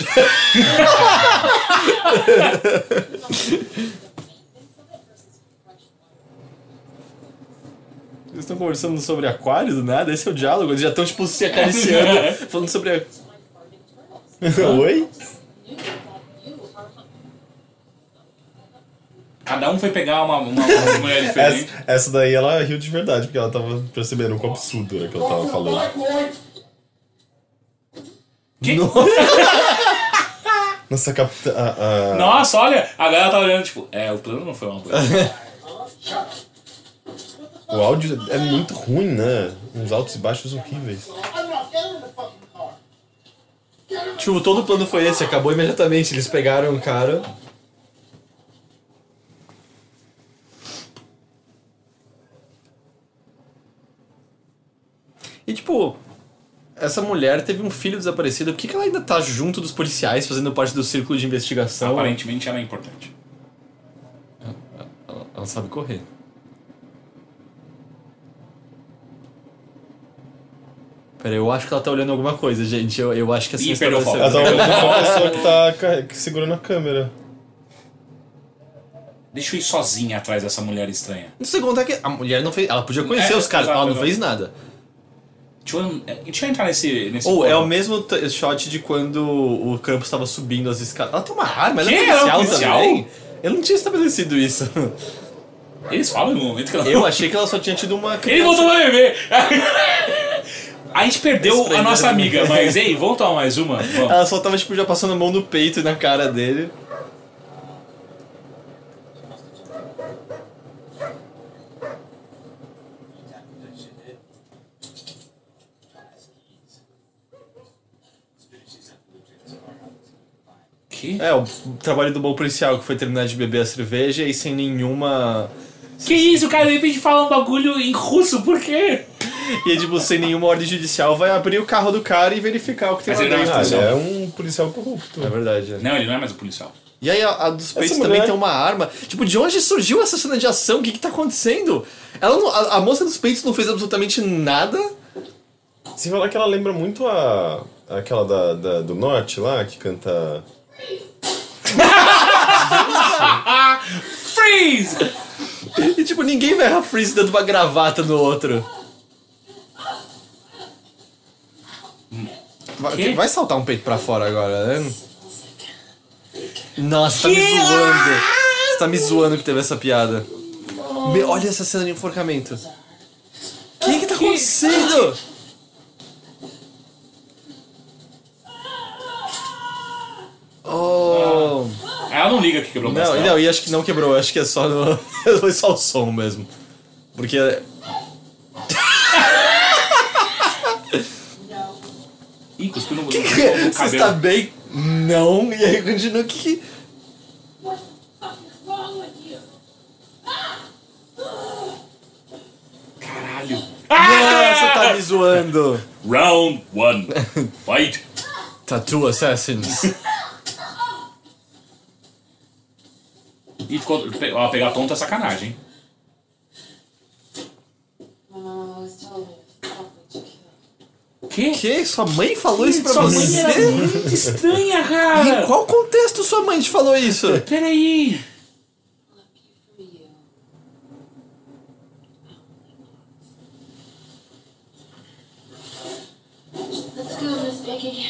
[SPEAKER 2] Eles estão conversando sobre aquário do nada? Esse é o diálogo? Eles já estão, tipo, se acariciando, falando sobre... a-
[SPEAKER 3] Oi?
[SPEAKER 1] Cada um foi pegar uma, uma, uma mulher
[SPEAKER 3] Essa,
[SPEAKER 1] diferente.
[SPEAKER 3] essa daí ela riu de verdade, porque ela tava percebendo o quão absurdo era que ela tava falando.
[SPEAKER 1] Que?
[SPEAKER 3] Nossa, a capitã.
[SPEAKER 2] ah.
[SPEAKER 3] a- a-
[SPEAKER 1] Nossa, olha! A galera tá olhando, tipo, é, o plano não foi uma coisa.
[SPEAKER 3] O áudio é muito ruim, né? Uns altos e baixos horríveis.
[SPEAKER 6] I'm not getting in the fucking car.
[SPEAKER 2] Tipo, todo o plano foi esse, acabou imediatamente. Eles pegaram o cara... E, tipo... Essa mulher teve um filho desaparecido. Por que, que ela ainda tá junto dos policiais, fazendo parte do círculo de investigação?
[SPEAKER 1] Aparentemente ela é importante.
[SPEAKER 2] Ela, ela sabe correr. Peraí, eu acho que ela tá olhando alguma coisa, gente. Eu, eu acho que assim
[SPEAKER 1] Ih,
[SPEAKER 2] esse é
[SPEAKER 1] perdeu o tá
[SPEAKER 2] estabeleceu-
[SPEAKER 3] Ela tava olhando pra uma pessoa que tá ca- que segurando a câmera.
[SPEAKER 1] Deixa eu ir sozinha atrás dessa mulher estranha.
[SPEAKER 2] Não sei contar é que a mulher não fez. Ela podia conhecer
[SPEAKER 1] É,
[SPEAKER 2] os caras, ela não
[SPEAKER 1] exato,
[SPEAKER 2] fez nada.
[SPEAKER 1] Deixa eu, é, deixa eu entrar nesse. nesse
[SPEAKER 2] Ou é
[SPEAKER 1] porão.
[SPEAKER 2] o mesmo t- shot de quando o Campos tava subindo as escadas. Ela tem uma arma, ela é
[SPEAKER 1] Que? Ela é
[SPEAKER 2] policial,
[SPEAKER 1] um policial?
[SPEAKER 2] também. Eu não tinha estabelecido isso.
[SPEAKER 1] Eles falam no momento que ela.
[SPEAKER 2] Eu achei que ela só tinha tido uma.
[SPEAKER 1] Ele voltou pra beber! A gente perdeu a
[SPEAKER 2] Desprenderam
[SPEAKER 1] nossa
[SPEAKER 2] do-
[SPEAKER 1] amiga, mas ei, vamos tomar mais uma? Vamos.
[SPEAKER 2] Ela só tava, tipo, já passando a mão no peito e na cara dele.
[SPEAKER 1] Que?
[SPEAKER 2] É, o trabalho do bom policial que foi terminar de beber a cerveja e sem nenhuma.
[SPEAKER 1] Que isso, cara? De repente fala um bagulho em russo, por quê?
[SPEAKER 2] E tipo, sem nenhuma ordem judicial, vai abrir o carro do cara e verificar o que tem
[SPEAKER 1] Mas
[SPEAKER 2] lá
[SPEAKER 1] ele não
[SPEAKER 2] dentro.
[SPEAKER 1] é
[SPEAKER 2] né?
[SPEAKER 3] Ah,
[SPEAKER 1] mais
[SPEAKER 3] ele
[SPEAKER 1] policial.
[SPEAKER 3] é um policial corrupto.
[SPEAKER 2] É verdade, né?
[SPEAKER 1] Não, ele não é mais o policial.
[SPEAKER 2] E aí a, a dos peitos
[SPEAKER 3] mulher-
[SPEAKER 2] também tem uma arma. Tipo, de onde surgiu essa cena de ação? O que que tá acontecendo? Ela não- a, a moça dos peitos não fez absolutamente nada.
[SPEAKER 3] Se falar que ela lembra muito a. aquela da, da- do norte lá, que canta.
[SPEAKER 1] Freeze!
[SPEAKER 2] E tipo, ninguém vai errar freeze dando uma gravata no outro. Vai,
[SPEAKER 1] Quê?
[SPEAKER 2] vai saltar um peito pra fora agora, né? Nossa, tá me
[SPEAKER 1] Que
[SPEAKER 2] zoando. Você tá me zoando que teve essa piada. Me- olha essa cena de enforcamento. O que que tá acontecendo? Oh.
[SPEAKER 1] Ah, Ela não liga que quebrou o
[SPEAKER 2] Não,
[SPEAKER 1] braço
[SPEAKER 2] e
[SPEAKER 1] dela.
[SPEAKER 2] não, e acho que não quebrou, acho que é só no. Foi só o som mesmo. Porque.
[SPEAKER 1] Ih, cuspiu no, no
[SPEAKER 2] é? Você
[SPEAKER 1] cabelo.
[SPEAKER 2] está bem? Não, e aí continua que. que-
[SPEAKER 4] What the fuck is wrong with you?
[SPEAKER 1] Caralho.
[SPEAKER 2] Ah, tá- você tá me zoando!
[SPEAKER 1] Round one. Fight.
[SPEAKER 2] Tattoo Assassins.
[SPEAKER 1] E ficou. pe- Ó, pegar tonto é sacanagem, hein?
[SPEAKER 4] My mom always told me to fuck what you kill.
[SPEAKER 1] Que?
[SPEAKER 2] que? Sua mãe falou isso pra
[SPEAKER 1] Sua mãe
[SPEAKER 2] você?
[SPEAKER 1] era muito estranha,
[SPEAKER 2] Em
[SPEAKER 1] cara.
[SPEAKER 2] qual contexto sua mãe te falou isso?
[SPEAKER 1] Peraí.
[SPEAKER 4] Lucky for you, Mickey.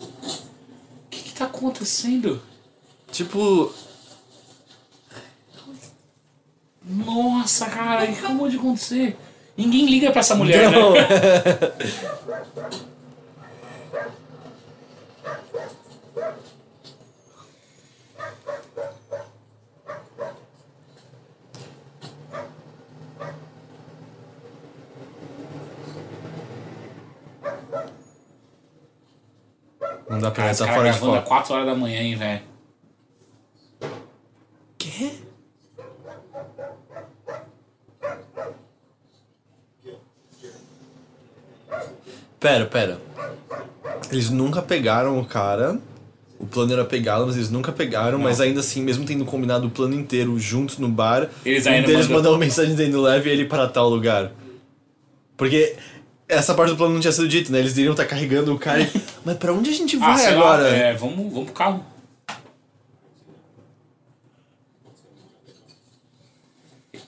[SPEAKER 1] O que, que tá acontecendo?
[SPEAKER 2] Tipo,
[SPEAKER 1] Nossa, cara, o que acabou de acontecer? Ninguém liga pra essa mulher, né?
[SPEAKER 2] não dá pra
[SPEAKER 1] Cara, esse
[SPEAKER 2] pensar
[SPEAKER 1] cara
[SPEAKER 2] fora de
[SPEAKER 1] gravando às
[SPEAKER 2] foco.
[SPEAKER 1] 4 horas da manhã, hein, velho.
[SPEAKER 2] Quê? Pera, pera. Eles nunca pegaram o cara. O plano era pegá-lo, mas eles nunca pegaram. Mas ainda assim, mesmo tendo combinado o plano inteiro juntos no bar,
[SPEAKER 1] Eles
[SPEAKER 2] um
[SPEAKER 1] ainda
[SPEAKER 2] deles
[SPEAKER 1] mandam-
[SPEAKER 2] mandou uma mensagem dizendo leve ele para tal lugar. Porque essa parte do plano não tinha sido dito, né? Eles iriam estar carregando o cara. e, mas pra onde a gente vai
[SPEAKER 1] sei lá,
[SPEAKER 2] agora?
[SPEAKER 1] é, vamos, vamos pro carro.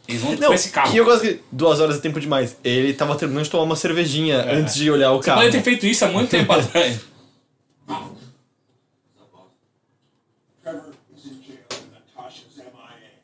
[SPEAKER 1] Eles vão
[SPEAKER 2] Não,
[SPEAKER 1] com esse carro.
[SPEAKER 2] E eu gosto que duas horas é tempo demais. Ele tava terminando de tomar uma cervejinha antes de olhar o carro.
[SPEAKER 1] É. Pode ter feito isso há muito tempo atrás.
[SPEAKER 5] Trevor is in jail and Natasha's MIA.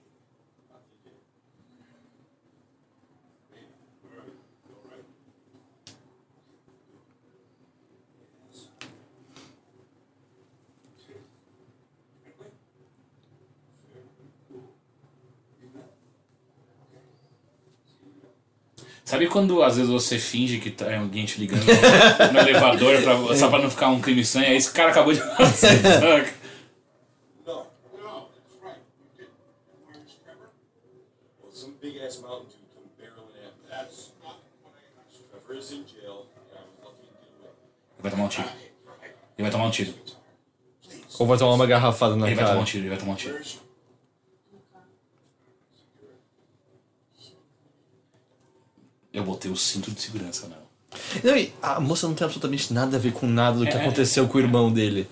[SPEAKER 1] Sabe quando às vezes você finge que tá- é alguém te ligando no- no elevador pra, só pra não ficar um crime sangue? Aí esse cara acabou de fazer. saca?
[SPEAKER 5] No, no, that's right. You did. And where's Trevor?
[SPEAKER 8] Well, some big ass Mountain Dew come barreling at me.
[SPEAKER 5] That's not what I asked.
[SPEAKER 8] Trevor is in jail, and I was lucky to get away.
[SPEAKER 1] Ele vai tomar um tiro. Ele vai tomar um tiro.
[SPEAKER 2] Ou vai tomar uma garrafada na
[SPEAKER 1] Ele vai tomar
[SPEAKER 2] cara.
[SPEAKER 1] um tiro, ele vai tomar um tiro.
[SPEAKER 5] Where's
[SPEAKER 1] Eu botei o cinto de segurança nela.
[SPEAKER 2] Não, e a moça não tem absolutamente nada a ver com nada do que
[SPEAKER 1] É.
[SPEAKER 2] aconteceu com o irmão dele.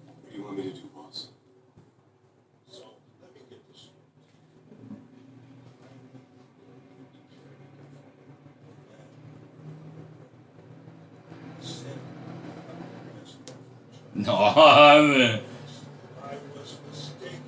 [SPEAKER 8] What do you want me to do, boss?
[SPEAKER 5] So let me get this.
[SPEAKER 1] Nossa!
[SPEAKER 5] I was mistaken.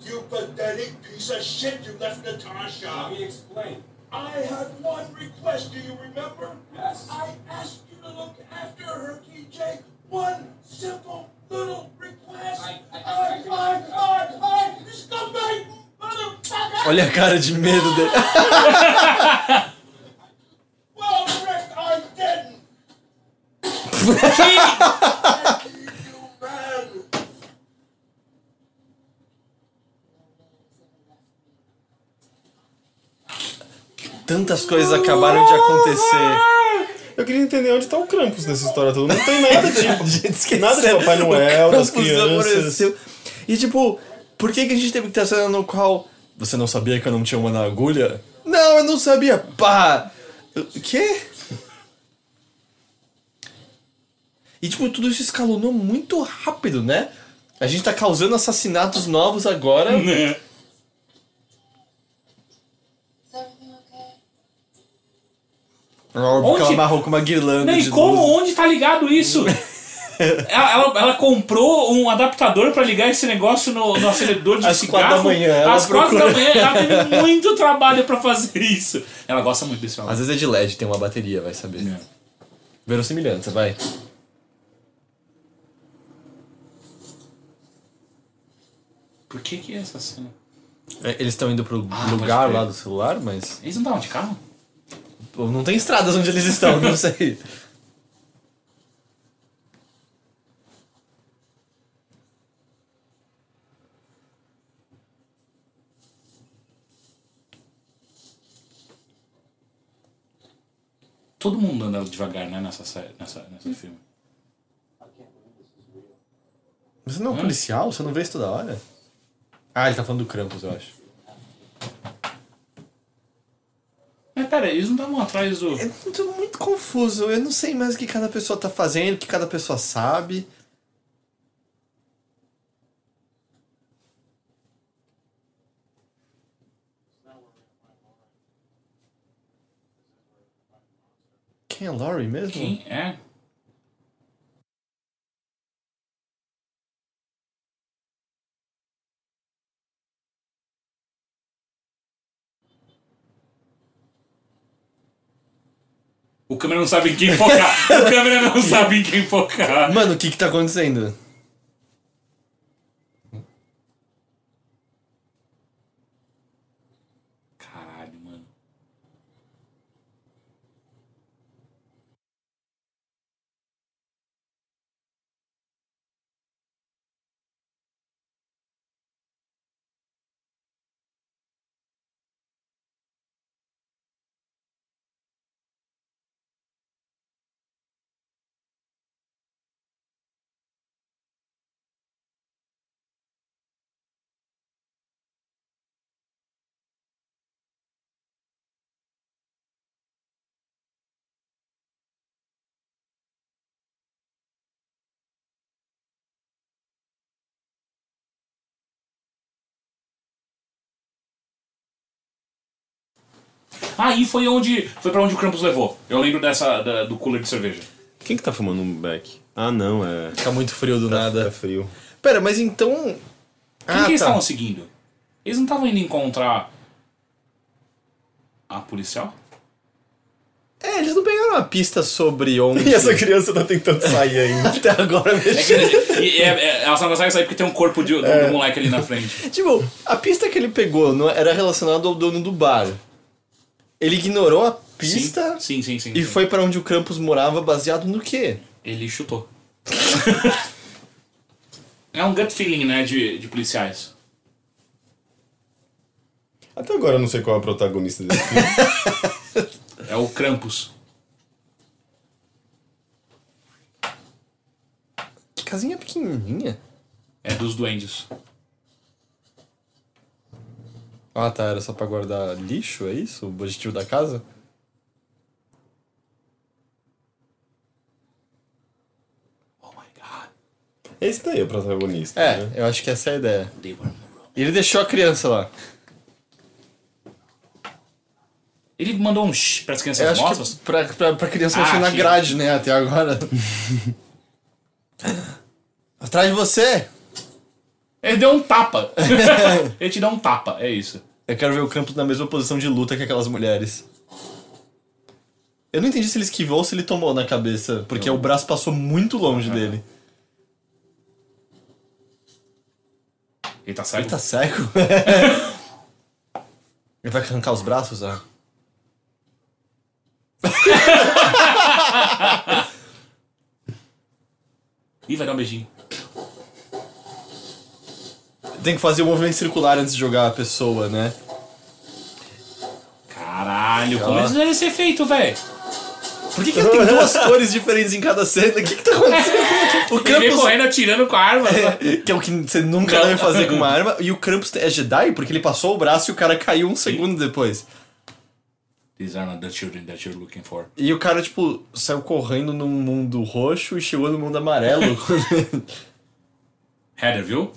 [SPEAKER 5] You pathetic piece of shit, you left Natasha.
[SPEAKER 8] Let me explain.
[SPEAKER 5] I had one request, do you remember?
[SPEAKER 8] Yes.
[SPEAKER 5] I asked you to look after her, TJ. One simple little request.
[SPEAKER 8] I- I-
[SPEAKER 5] I,
[SPEAKER 8] I-
[SPEAKER 5] I, I, I, scumbag, motherfucker!
[SPEAKER 2] Olha a cara de medo dele.
[SPEAKER 5] Well, Rick, I didn't. you man.
[SPEAKER 2] Tantas coisas acabaram de acontecer.
[SPEAKER 3] Eu queria entender onde tá o Krampus nessa história toda. Não tem nada de.
[SPEAKER 2] Esqueceram
[SPEAKER 3] nada de Papai Noel,
[SPEAKER 1] é
[SPEAKER 3] das
[SPEAKER 2] Confusão
[SPEAKER 3] crianças.
[SPEAKER 2] aconteceu. E tipo, por que, que a gente teve que ter a cena no qual você não sabia que eu não tinha uma na agulha? Não, eu não sabia. Pá! O quê? E tipo, tudo isso escalonou muito rápido, né? A gente tá causando assassinatos novos agora.
[SPEAKER 4] Is everything okay?
[SPEAKER 2] Porque ela
[SPEAKER 1] Onde?
[SPEAKER 2] amarrou com uma guirlanda
[SPEAKER 1] Não,
[SPEAKER 2] de
[SPEAKER 1] e como?
[SPEAKER 2] luz.
[SPEAKER 1] Onde tá ligado isso? Ela, ela- ela comprou um adaptador pra ligar esse negócio no, no acelerador de
[SPEAKER 2] Às
[SPEAKER 1] cigarro.
[SPEAKER 2] quatro da manhã, ela
[SPEAKER 1] Às quatro da
[SPEAKER 2] procura.
[SPEAKER 1] manhã, ela teve muito trabalho pra fazer isso. Ela gosta muito desse homem.
[SPEAKER 2] Às vezes é de LED, tem uma bateria, vai saber.
[SPEAKER 1] É.
[SPEAKER 2] Verossimilhança, vai.
[SPEAKER 1] Por que que é essa cena?
[SPEAKER 2] É, Eles estão indo pro
[SPEAKER 1] Ah,
[SPEAKER 2] lugar
[SPEAKER 1] pode crer.
[SPEAKER 2] lá do celular, mas.
[SPEAKER 1] Eles não estavam de carro?
[SPEAKER 2] Pô, Não tem estradas onde eles estão, não sei.
[SPEAKER 1] Todo mundo anda devagar, né, nessa série, nessa, nesse filme.
[SPEAKER 2] Você não é um policial? Você não vê isso toda hora? Ah, ele tá falando do Krampus, eu acho.
[SPEAKER 1] Mas pera, eles não estavam atrás do...
[SPEAKER 2] Eu tô É muito confuso, eu não sei mais o que cada pessoa tá fazendo, o que cada pessoa sabe. Quem é Laurie mesmo?
[SPEAKER 1] Quem é? O câmera não sabe em quem focar. o câmera não sabe em quem focar.
[SPEAKER 2] Mano, o que que tá acontecendo?
[SPEAKER 1] Caralho, mano. Aí Ah, foi onde. Foi pra onde o Krampus levou. Eu lembro dessa. da- do cooler de cerveja.
[SPEAKER 9] Quem que tá fumando um beck? Ah, não, é.
[SPEAKER 2] Tá muito frio do
[SPEAKER 9] Tá
[SPEAKER 2] nada.
[SPEAKER 9] frio.
[SPEAKER 2] Pera, mas então.
[SPEAKER 1] Quem que
[SPEAKER 2] Ah,
[SPEAKER 1] eles
[SPEAKER 2] tá.
[SPEAKER 1] estavam seguindo? Eles não estavam indo encontrar. A policial?
[SPEAKER 2] É, eles não pegaram uma pista sobre onde.
[SPEAKER 3] E essa criança tá tentando sair ainda.
[SPEAKER 2] Até agora mesmo.
[SPEAKER 1] É que, e- e- é- é- ela só não consegue sair porque tem um corpo de, do, do
[SPEAKER 2] É.
[SPEAKER 1] moleque ali na frente.
[SPEAKER 2] Tipo, a pista que ele pegou não era relacionada ao dono do bar. Ele ignorou a pista
[SPEAKER 1] Sim, sim, sim. sim,
[SPEAKER 2] e
[SPEAKER 1] sim.
[SPEAKER 2] foi pra onde o Krampus morava baseado no quê?
[SPEAKER 1] Ele chutou. é um gut feeling, né, de, de policiais.
[SPEAKER 3] Até agora eu não sei qual é a protagonista desse filme.
[SPEAKER 1] É o Krampus.
[SPEAKER 2] Que casinha pequenininha.
[SPEAKER 1] É dos duendes.
[SPEAKER 2] Ah, tá, era só pra guardar lixo, é isso? O objetivo da casa?
[SPEAKER 1] Oh my god.
[SPEAKER 3] Esse daí é o protagonista.
[SPEAKER 2] É,
[SPEAKER 3] né?
[SPEAKER 2] eu acho que essa é a ideia.
[SPEAKER 1] They were in the room.
[SPEAKER 2] E ele deixou a criança lá.
[SPEAKER 1] Ele mandou um shh pras
[SPEAKER 2] Eu
[SPEAKER 1] crianças
[SPEAKER 2] acho
[SPEAKER 1] mortas?
[SPEAKER 2] que pra, pra, pra criança
[SPEAKER 1] Ah,
[SPEAKER 2] mexer na
[SPEAKER 1] sim.
[SPEAKER 2] grade, né, até agora. Atrás de você!
[SPEAKER 1] Ele deu um tapa. Ele te dá um tapa, é isso.
[SPEAKER 2] Eu quero ver o Krampus na mesma posição de luta que aquelas mulheres. Eu não entendi se ele esquivou ou se ele tomou na cabeça, porque o braço passou muito longe dele.
[SPEAKER 1] Ele tá cego?
[SPEAKER 2] Ele tá cego? ele vai arrancar os braços, ah?
[SPEAKER 1] Ih, vai dar um beijinho.
[SPEAKER 2] Tem que fazer o movimento circular antes de jogar a pessoa, né?
[SPEAKER 1] Caralho, como isso deve ser feito, velho?
[SPEAKER 2] Por que, que tem duas cores diferentes em cada cena? O que, que tá acontecendo? O
[SPEAKER 1] Ele veio
[SPEAKER 2] Krampus,
[SPEAKER 1] correndo atirando com a arma. né?
[SPEAKER 2] que é o que você nunca
[SPEAKER 1] Não.
[SPEAKER 2] deve fazer com uma arma, e o Krampus é Jedi porque ele passou o braço e o cara caiu um segundo depois.
[SPEAKER 1] These are not the children that you're looking for.
[SPEAKER 2] E o cara, tipo, saiu correndo num mundo roxo e chegou no mundo amarelo.
[SPEAKER 1] Heather, viu?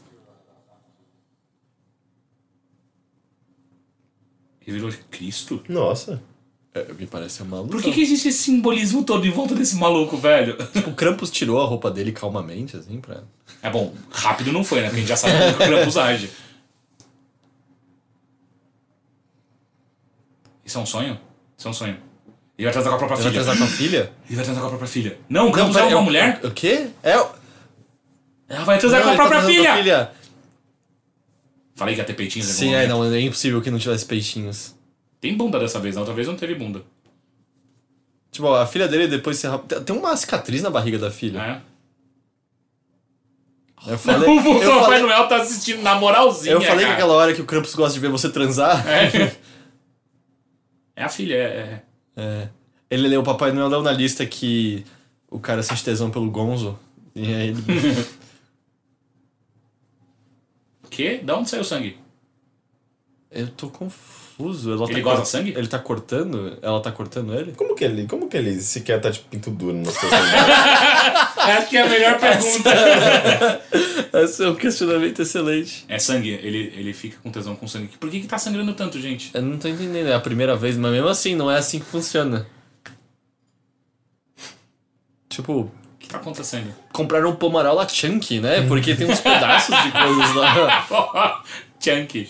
[SPEAKER 1] Ele virou Cristo?
[SPEAKER 3] Nossa.
[SPEAKER 2] É, me parece uma luta.
[SPEAKER 1] Por que, que existe esse simbolismo todo em volta desse maluco, velho? Tipo,
[SPEAKER 2] o Krampus tirou a roupa dele calmamente, assim, pra.
[SPEAKER 1] É bom, rápido não foi, né? Porque a gente já sabe como que o Krampus age. Isso é um sonho? Isso é um sonho. Ele vai transar com a própria
[SPEAKER 2] Ele vai
[SPEAKER 1] filha.
[SPEAKER 2] transar com a filha?
[SPEAKER 1] Ele vai transar com a própria filha. Não, o Krampus é
[SPEAKER 2] pera,
[SPEAKER 1] uma
[SPEAKER 2] o-
[SPEAKER 1] mulher?
[SPEAKER 2] um O, quê? É. o-
[SPEAKER 1] Ela vai transar
[SPEAKER 2] Não,
[SPEAKER 1] com a
[SPEAKER 2] ele tá
[SPEAKER 1] própria
[SPEAKER 2] transando
[SPEAKER 1] filha.
[SPEAKER 2] a filha!
[SPEAKER 1] Falei que ia ter peitinhos em algum
[SPEAKER 2] Sim, é,
[SPEAKER 1] momento.
[SPEAKER 2] não, é impossível que não tivesse peixinhos.
[SPEAKER 1] Tem bunda dessa vez, na outra vez não teve bunda.
[SPEAKER 2] Tipo, a filha dele depois se rap- Tem- Tem uma cicatriz na barriga da filha.
[SPEAKER 1] né?
[SPEAKER 2] Eu falei,
[SPEAKER 1] O
[SPEAKER 2] eu
[SPEAKER 1] Papai
[SPEAKER 2] falei,
[SPEAKER 1] Noel tá assistindo na moralzinha.
[SPEAKER 2] eu falei que
[SPEAKER 1] é, cara.
[SPEAKER 2] aquela hora que o Krampus gosta de ver você transar,
[SPEAKER 1] É. É a filha, é. é.
[SPEAKER 2] ele leu o Papai Noel leu na lista que o cara sente tesão pelo Gonzo. E aí ele.
[SPEAKER 1] Que? Da onde saiu o sangue?
[SPEAKER 2] eu tô confuso. Ela tá
[SPEAKER 1] Ele gosta
[SPEAKER 2] cort-
[SPEAKER 1] de sangue?
[SPEAKER 2] Ele tá cortando? Ela tá cortando ele?
[SPEAKER 3] Como que ele, como que ele sequer tá de
[SPEAKER 9] tipo,
[SPEAKER 3] pinto duro nas pessoas?
[SPEAKER 1] Acho que é a melhor pergunta.
[SPEAKER 2] Esse é um questionamento excelente.
[SPEAKER 1] É sangue, ele, ele fica com tesão com sangue. Por que, que tá sangrando tanto, gente?
[SPEAKER 2] Eu não tô entendendo, é a primeira vez, mas mesmo assim, não é assim que funciona. Tipo,
[SPEAKER 1] O que tá acontecendo?
[SPEAKER 2] compraram um pomaral lá chunky, né? Porque tem uns pedaços de coisas lá.
[SPEAKER 1] Chunky.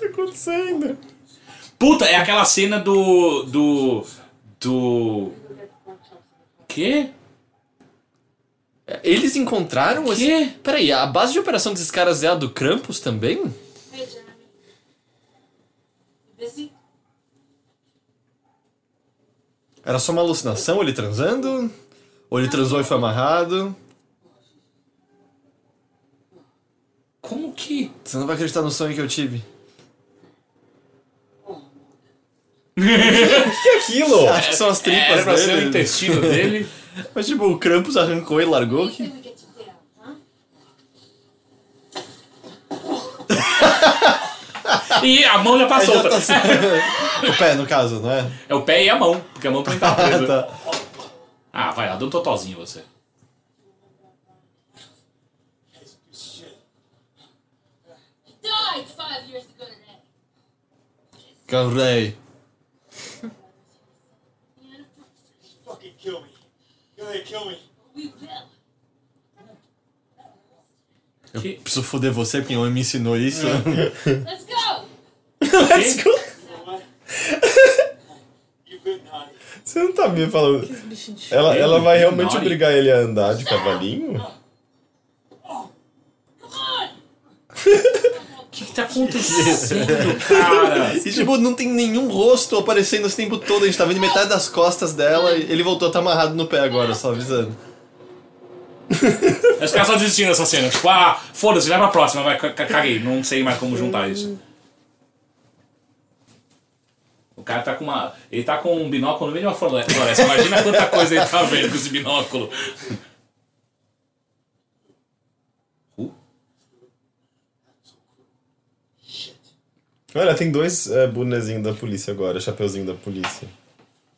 [SPEAKER 1] Tá
[SPEAKER 2] acontecendo?
[SPEAKER 1] Puta, é aquela cena do. do. do. Quê?
[SPEAKER 2] Eles encontraram esse.
[SPEAKER 1] Quê?
[SPEAKER 2] Peraí, a base de operação desses caras é a do Krampus também?
[SPEAKER 4] Hey, Jeremy. You busy?
[SPEAKER 2] Era só uma alucinação ele transando? Ou ele transou e foi amarrado?
[SPEAKER 1] Como que?
[SPEAKER 2] Você não vai acreditar no sonho que eu tive.
[SPEAKER 9] É
[SPEAKER 3] Aquilo!
[SPEAKER 2] Acho que são as
[SPEAKER 1] Era
[SPEAKER 2] tripas
[SPEAKER 1] pra ser o
[SPEAKER 2] dele.
[SPEAKER 1] intestino dele.
[SPEAKER 2] Mas tipo, o Krampus arrancou e largou.
[SPEAKER 4] You think we get you down, huh?
[SPEAKER 1] E a mão já tá
[SPEAKER 2] Já
[SPEAKER 1] solta.
[SPEAKER 2] tá assim. o pé, no caso, não é?
[SPEAKER 1] É o pé e a mão, porque a mão também tá
[SPEAKER 2] Ah,
[SPEAKER 1] presa.
[SPEAKER 2] tá.
[SPEAKER 1] Ah, vai lá, dá um totozinho você.
[SPEAKER 4] You died five years ago today.
[SPEAKER 2] Carrei.
[SPEAKER 4] The anniversary.
[SPEAKER 7] Fucking kill me. Kill me, kill me.
[SPEAKER 4] We will.
[SPEAKER 1] Que-
[SPEAKER 2] Preciso foder você porque não me ensinou isso.
[SPEAKER 4] Let's go!
[SPEAKER 7] You've been naughty.
[SPEAKER 3] Você não tá me falando.
[SPEAKER 10] Bichinho de
[SPEAKER 3] Ela, ela vai realmente
[SPEAKER 1] Ignore.
[SPEAKER 3] obrigar ele a andar de cavalinho?
[SPEAKER 4] Come on!
[SPEAKER 1] O que, que tá acontecendo, cara?
[SPEAKER 2] E tipo, não tem nenhum rosto aparecendo esse tempo todo, a gente tá vendo metade das costas dela e ele voltou a tá amarrado no pé agora, só avisando.
[SPEAKER 1] Os caras só desistindo dessa cena. Tipo, ah, foda-se, vai pra próxima, vai, ca- ca- caguei, não sei mais como juntar isso. O cara tá com uma. Ele tá com um binóculo no meio de uma flore- floresta. Imagina quanta coisa ele tá vendo com esse binóculo. Uh,
[SPEAKER 3] Olha, tem dois é, bonezinhos da polícia agora, chapeuzinho da polícia.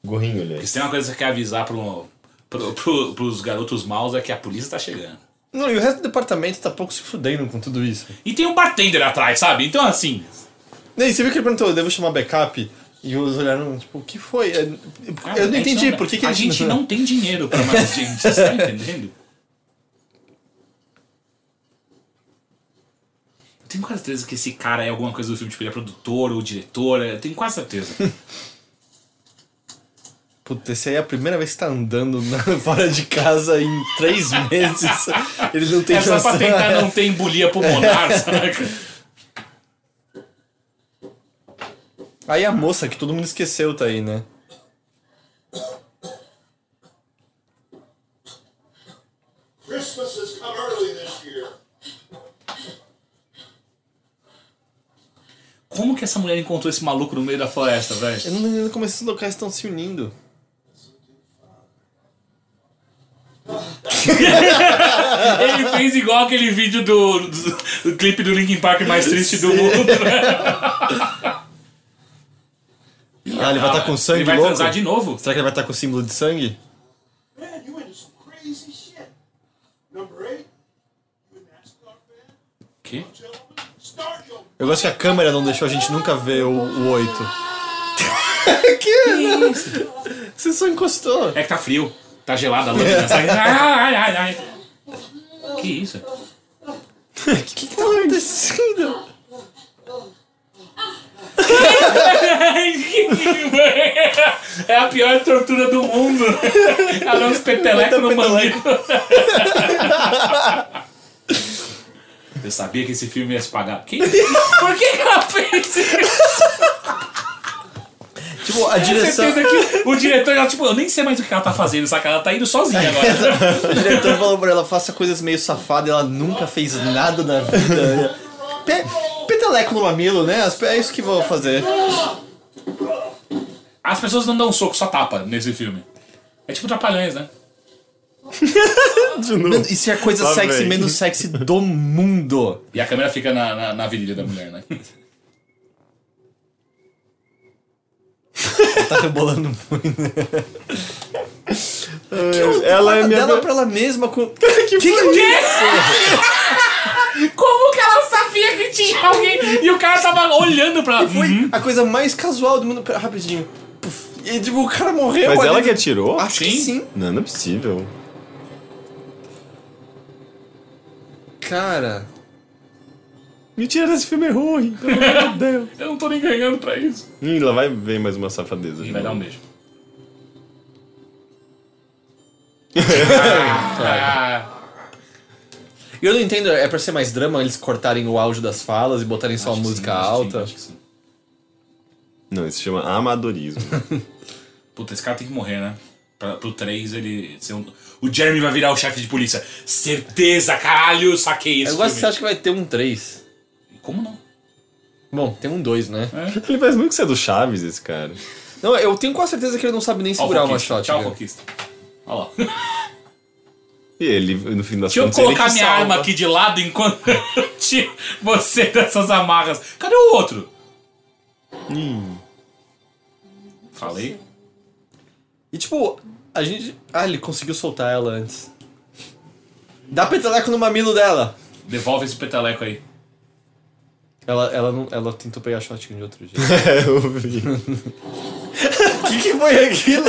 [SPEAKER 3] Gorrinho, aliás.
[SPEAKER 1] Se tem uma coisa que você quer avisar pro, pro, pro, pros garotos maus é que a polícia tá chegando.
[SPEAKER 2] Não, e o resto do departamento tá pouco se fudendo com tudo isso.
[SPEAKER 1] E tem um bartender atrás, sabe? Então assim.
[SPEAKER 2] E aí, você viu que ele perguntou, devo chamar backup? E eles olharam, tipo, o que foi? É,
[SPEAKER 1] cara,
[SPEAKER 2] Eu não
[SPEAKER 1] a gente
[SPEAKER 2] entendi, por que, que
[SPEAKER 1] Ah, um A
[SPEAKER 2] eles-
[SPEAKER 1] gente não tem dinheiro pra mais gente, você tá entendendo? Eu tenho quase certeza que esse cara é alguma coisa do filme, tipo, ele é produtor ou diretor, é, eu tenho quase certeza.
[SPEAKER 2] Puta, esse aí é a primeira vez que tá andando na- fora de casa em três meses. Ele não tem
[SPEAKER 1] é só pra
[SPEAKER 2] noção.
[SPEAKER 1] tentar não ter embolia pulmonar, saca?
[SPEAKER 2] Aí a moça, que todo mundo esqueceu, tá aí, né?
[SPEAKER 5] Christmas has come early this year.
[SPEAKER 1] Como que essa mulher encontrou esse maluco no meio da floresta, velho?
[SPEAKER 2] Eu não entendo como esses locais estão se unindo.
[SPEAKER 1] Ele fez igual aquele vídeo do, do- do clipe do Linkin Park mais triste do mundo, né?
[SPEAKER 2] Ah, ele vai estar com sangue
[SPEAKER 1] Ele vai
[SPEAKER 2] louco?
[SPEAKER 1] transar de novo.
[SPEAKER 2] Será que ele vai estar com símbolo de sangue?
[SPEAKER 5] Man, you into some crazy shit. Number eight, you an NASCAR fan?
[SPEAKER 1] Que?
[SPEAKER 5] Gentlemen, start your
[SPEAKER 2] Eu gosto que a câmera não deixou a gente nunca ver o, o 8. Você só encostou.
[SPEAKER 1] É que tá frio, tá gelada a lâmina. sai- Ai, ai, ai. Que isso?
[SPEAKER 2] O que, que tá acontecendo?
[SPEAKER 1] É a pior tortura do mundo. Ela é uns peteleco no
[SPEAKER 2] peteleco.
[SPEAKER 1] manico. Eu sabia que esse filme ia se pagar. Que? Por que, que ela fez isso?
[SPEAKER 2] Tipo, a direção.
[SPEAKER 1] Certeza que o diretor, ela, tipo, eu nem sei mais o que ela tá fazendo, saca? Ela tá indo sozinha agora.
[SPEAKER 2] O diretor falou pra ela, faça coisas meio safadas, ela nunca fez nada na vida. Pe peteleco no mamilo, né? As- É isso que vou fazer.
[SPEAKER 1] As pessoas não dão um soco, só tapa nesse filme. É tipo Trapalhões, né?
[SPEAKER 2] Mano, isso é a coisa
[SPEAKER 3] Lá
[SPEAKER 2] sexy
[SPEAKER 3] vem.
[SPEAKER 2] menos sexy do mundo.
[SPEAKER 1] E a câmera fica na, na, na virilha da mulher, né?
[SPEAKER 2] Tá rebolando muito.
[SPEAKER 3] Eu- ela é
[SPEAKER 2] Corta
[SPEAKER 3] minha.
[SPEAKER 2] dela pra ela mesma com... que
[SPEAKER 1] Como que ela sabia que tinha alguém e o cara tava olhando pra ela?
[SPEAKER 2] Foi
[SPEAKER 1] Uhum.
[SPEAKER 2] a coisa mais casual do mundo. Pera, rapidinho. Puf. E tipo, o cara morreu.
[SPEAKER 9] Mas
[SPEAKER 2] ali
[SPEAKER 9] ela
[SPEAKER 2] do-
[SPEAKER 9] que atirou?
[SPEAKER 2] Acho que
[SPEAKER 1] Sim.
[SPEAKER 2] sim.
[SPEAKER 9] Não, não é possível.
[SPEAKER 2] Cara.
[SPEAKER 9] Me tira desse filme é ruim, pelo amor de Deus.
[SPEAKER 1] Eu não tô nem ganhando pra isso.
[SPEAKER 9] Ih, lá vai ver mais uma safadeza.
[SPEAKER 1] E
[SPEAKER 9] de
[SPEAKER 1] vai dar um
[SPEAKER 9] novo.
[SPEAKER 1] beijo.
[SPEAKER 2] E eu não entendo, é pra ser mais drama eles cortarem o áudio das falas e botarem só a
[SPEAKER 1] Acho que
[SPEAKER 2] música
[SPEAKER 1] sim, acho que sim,
[SPEAKER 2] alta.
[SPEAKER 1] acho que sim.
[SPEAKER 9] Não, isso se chama amadorismo.
[SPEAKER 1] Puta, esse cara tem que morrer, né? Pra, pro 3 ele. ser um- O Jeremy vai virar o chefe de polícia. Certeza, caralho, saquei isso.
[SPEAKER 2] Eu gosto que você acha que vai ter um 3.
[SPEAKER 1] Como não?
[SPEAKER 2] Bom, tem um 2, né?
[SPEAKER 1] É.
[SPEAKER 9] Ele faz muito que ser do Chaves, esse cara.
[SPEAKER 2] Não, eu tenho quase certeza que ele não sabe nem segurar uma
[SPEAKER 1] Foquista.
[SPEAKER 2] shot.
[SPEAKER 1] Tchau,
[SPEAKER 2] cara.
[SPEAKER 1] Foquista. Olha lá.
[SPEAKER 9] E ele, no fim das
[SPEAKER 1] Deixa eu
[SPEAKER 9] contas, ele
[SPEAKER 1] colocar
[SPEAKER 9] que
[SPEAKER 1] minha
[SPEAKER 9] salva.
[SPEAKER 1] arma aqui de lado enquanto eu tiro você dessas amarras. Cadê o outro? Falei?
[SPEAKER 2] E tipo, a gente. Ah, ele conseguiu soltar ela antes. Dá peteleco no mamilo dela.
[SPEAKER 1] Devolve esse peteleco aí.
[SPEAKER 2] Ela, ela, não, ela tentou pegar shotgun de outro jeito.
[SPEAKER 9] É, eu vi.
[SPEAKER 2] O que, que foi aquilo?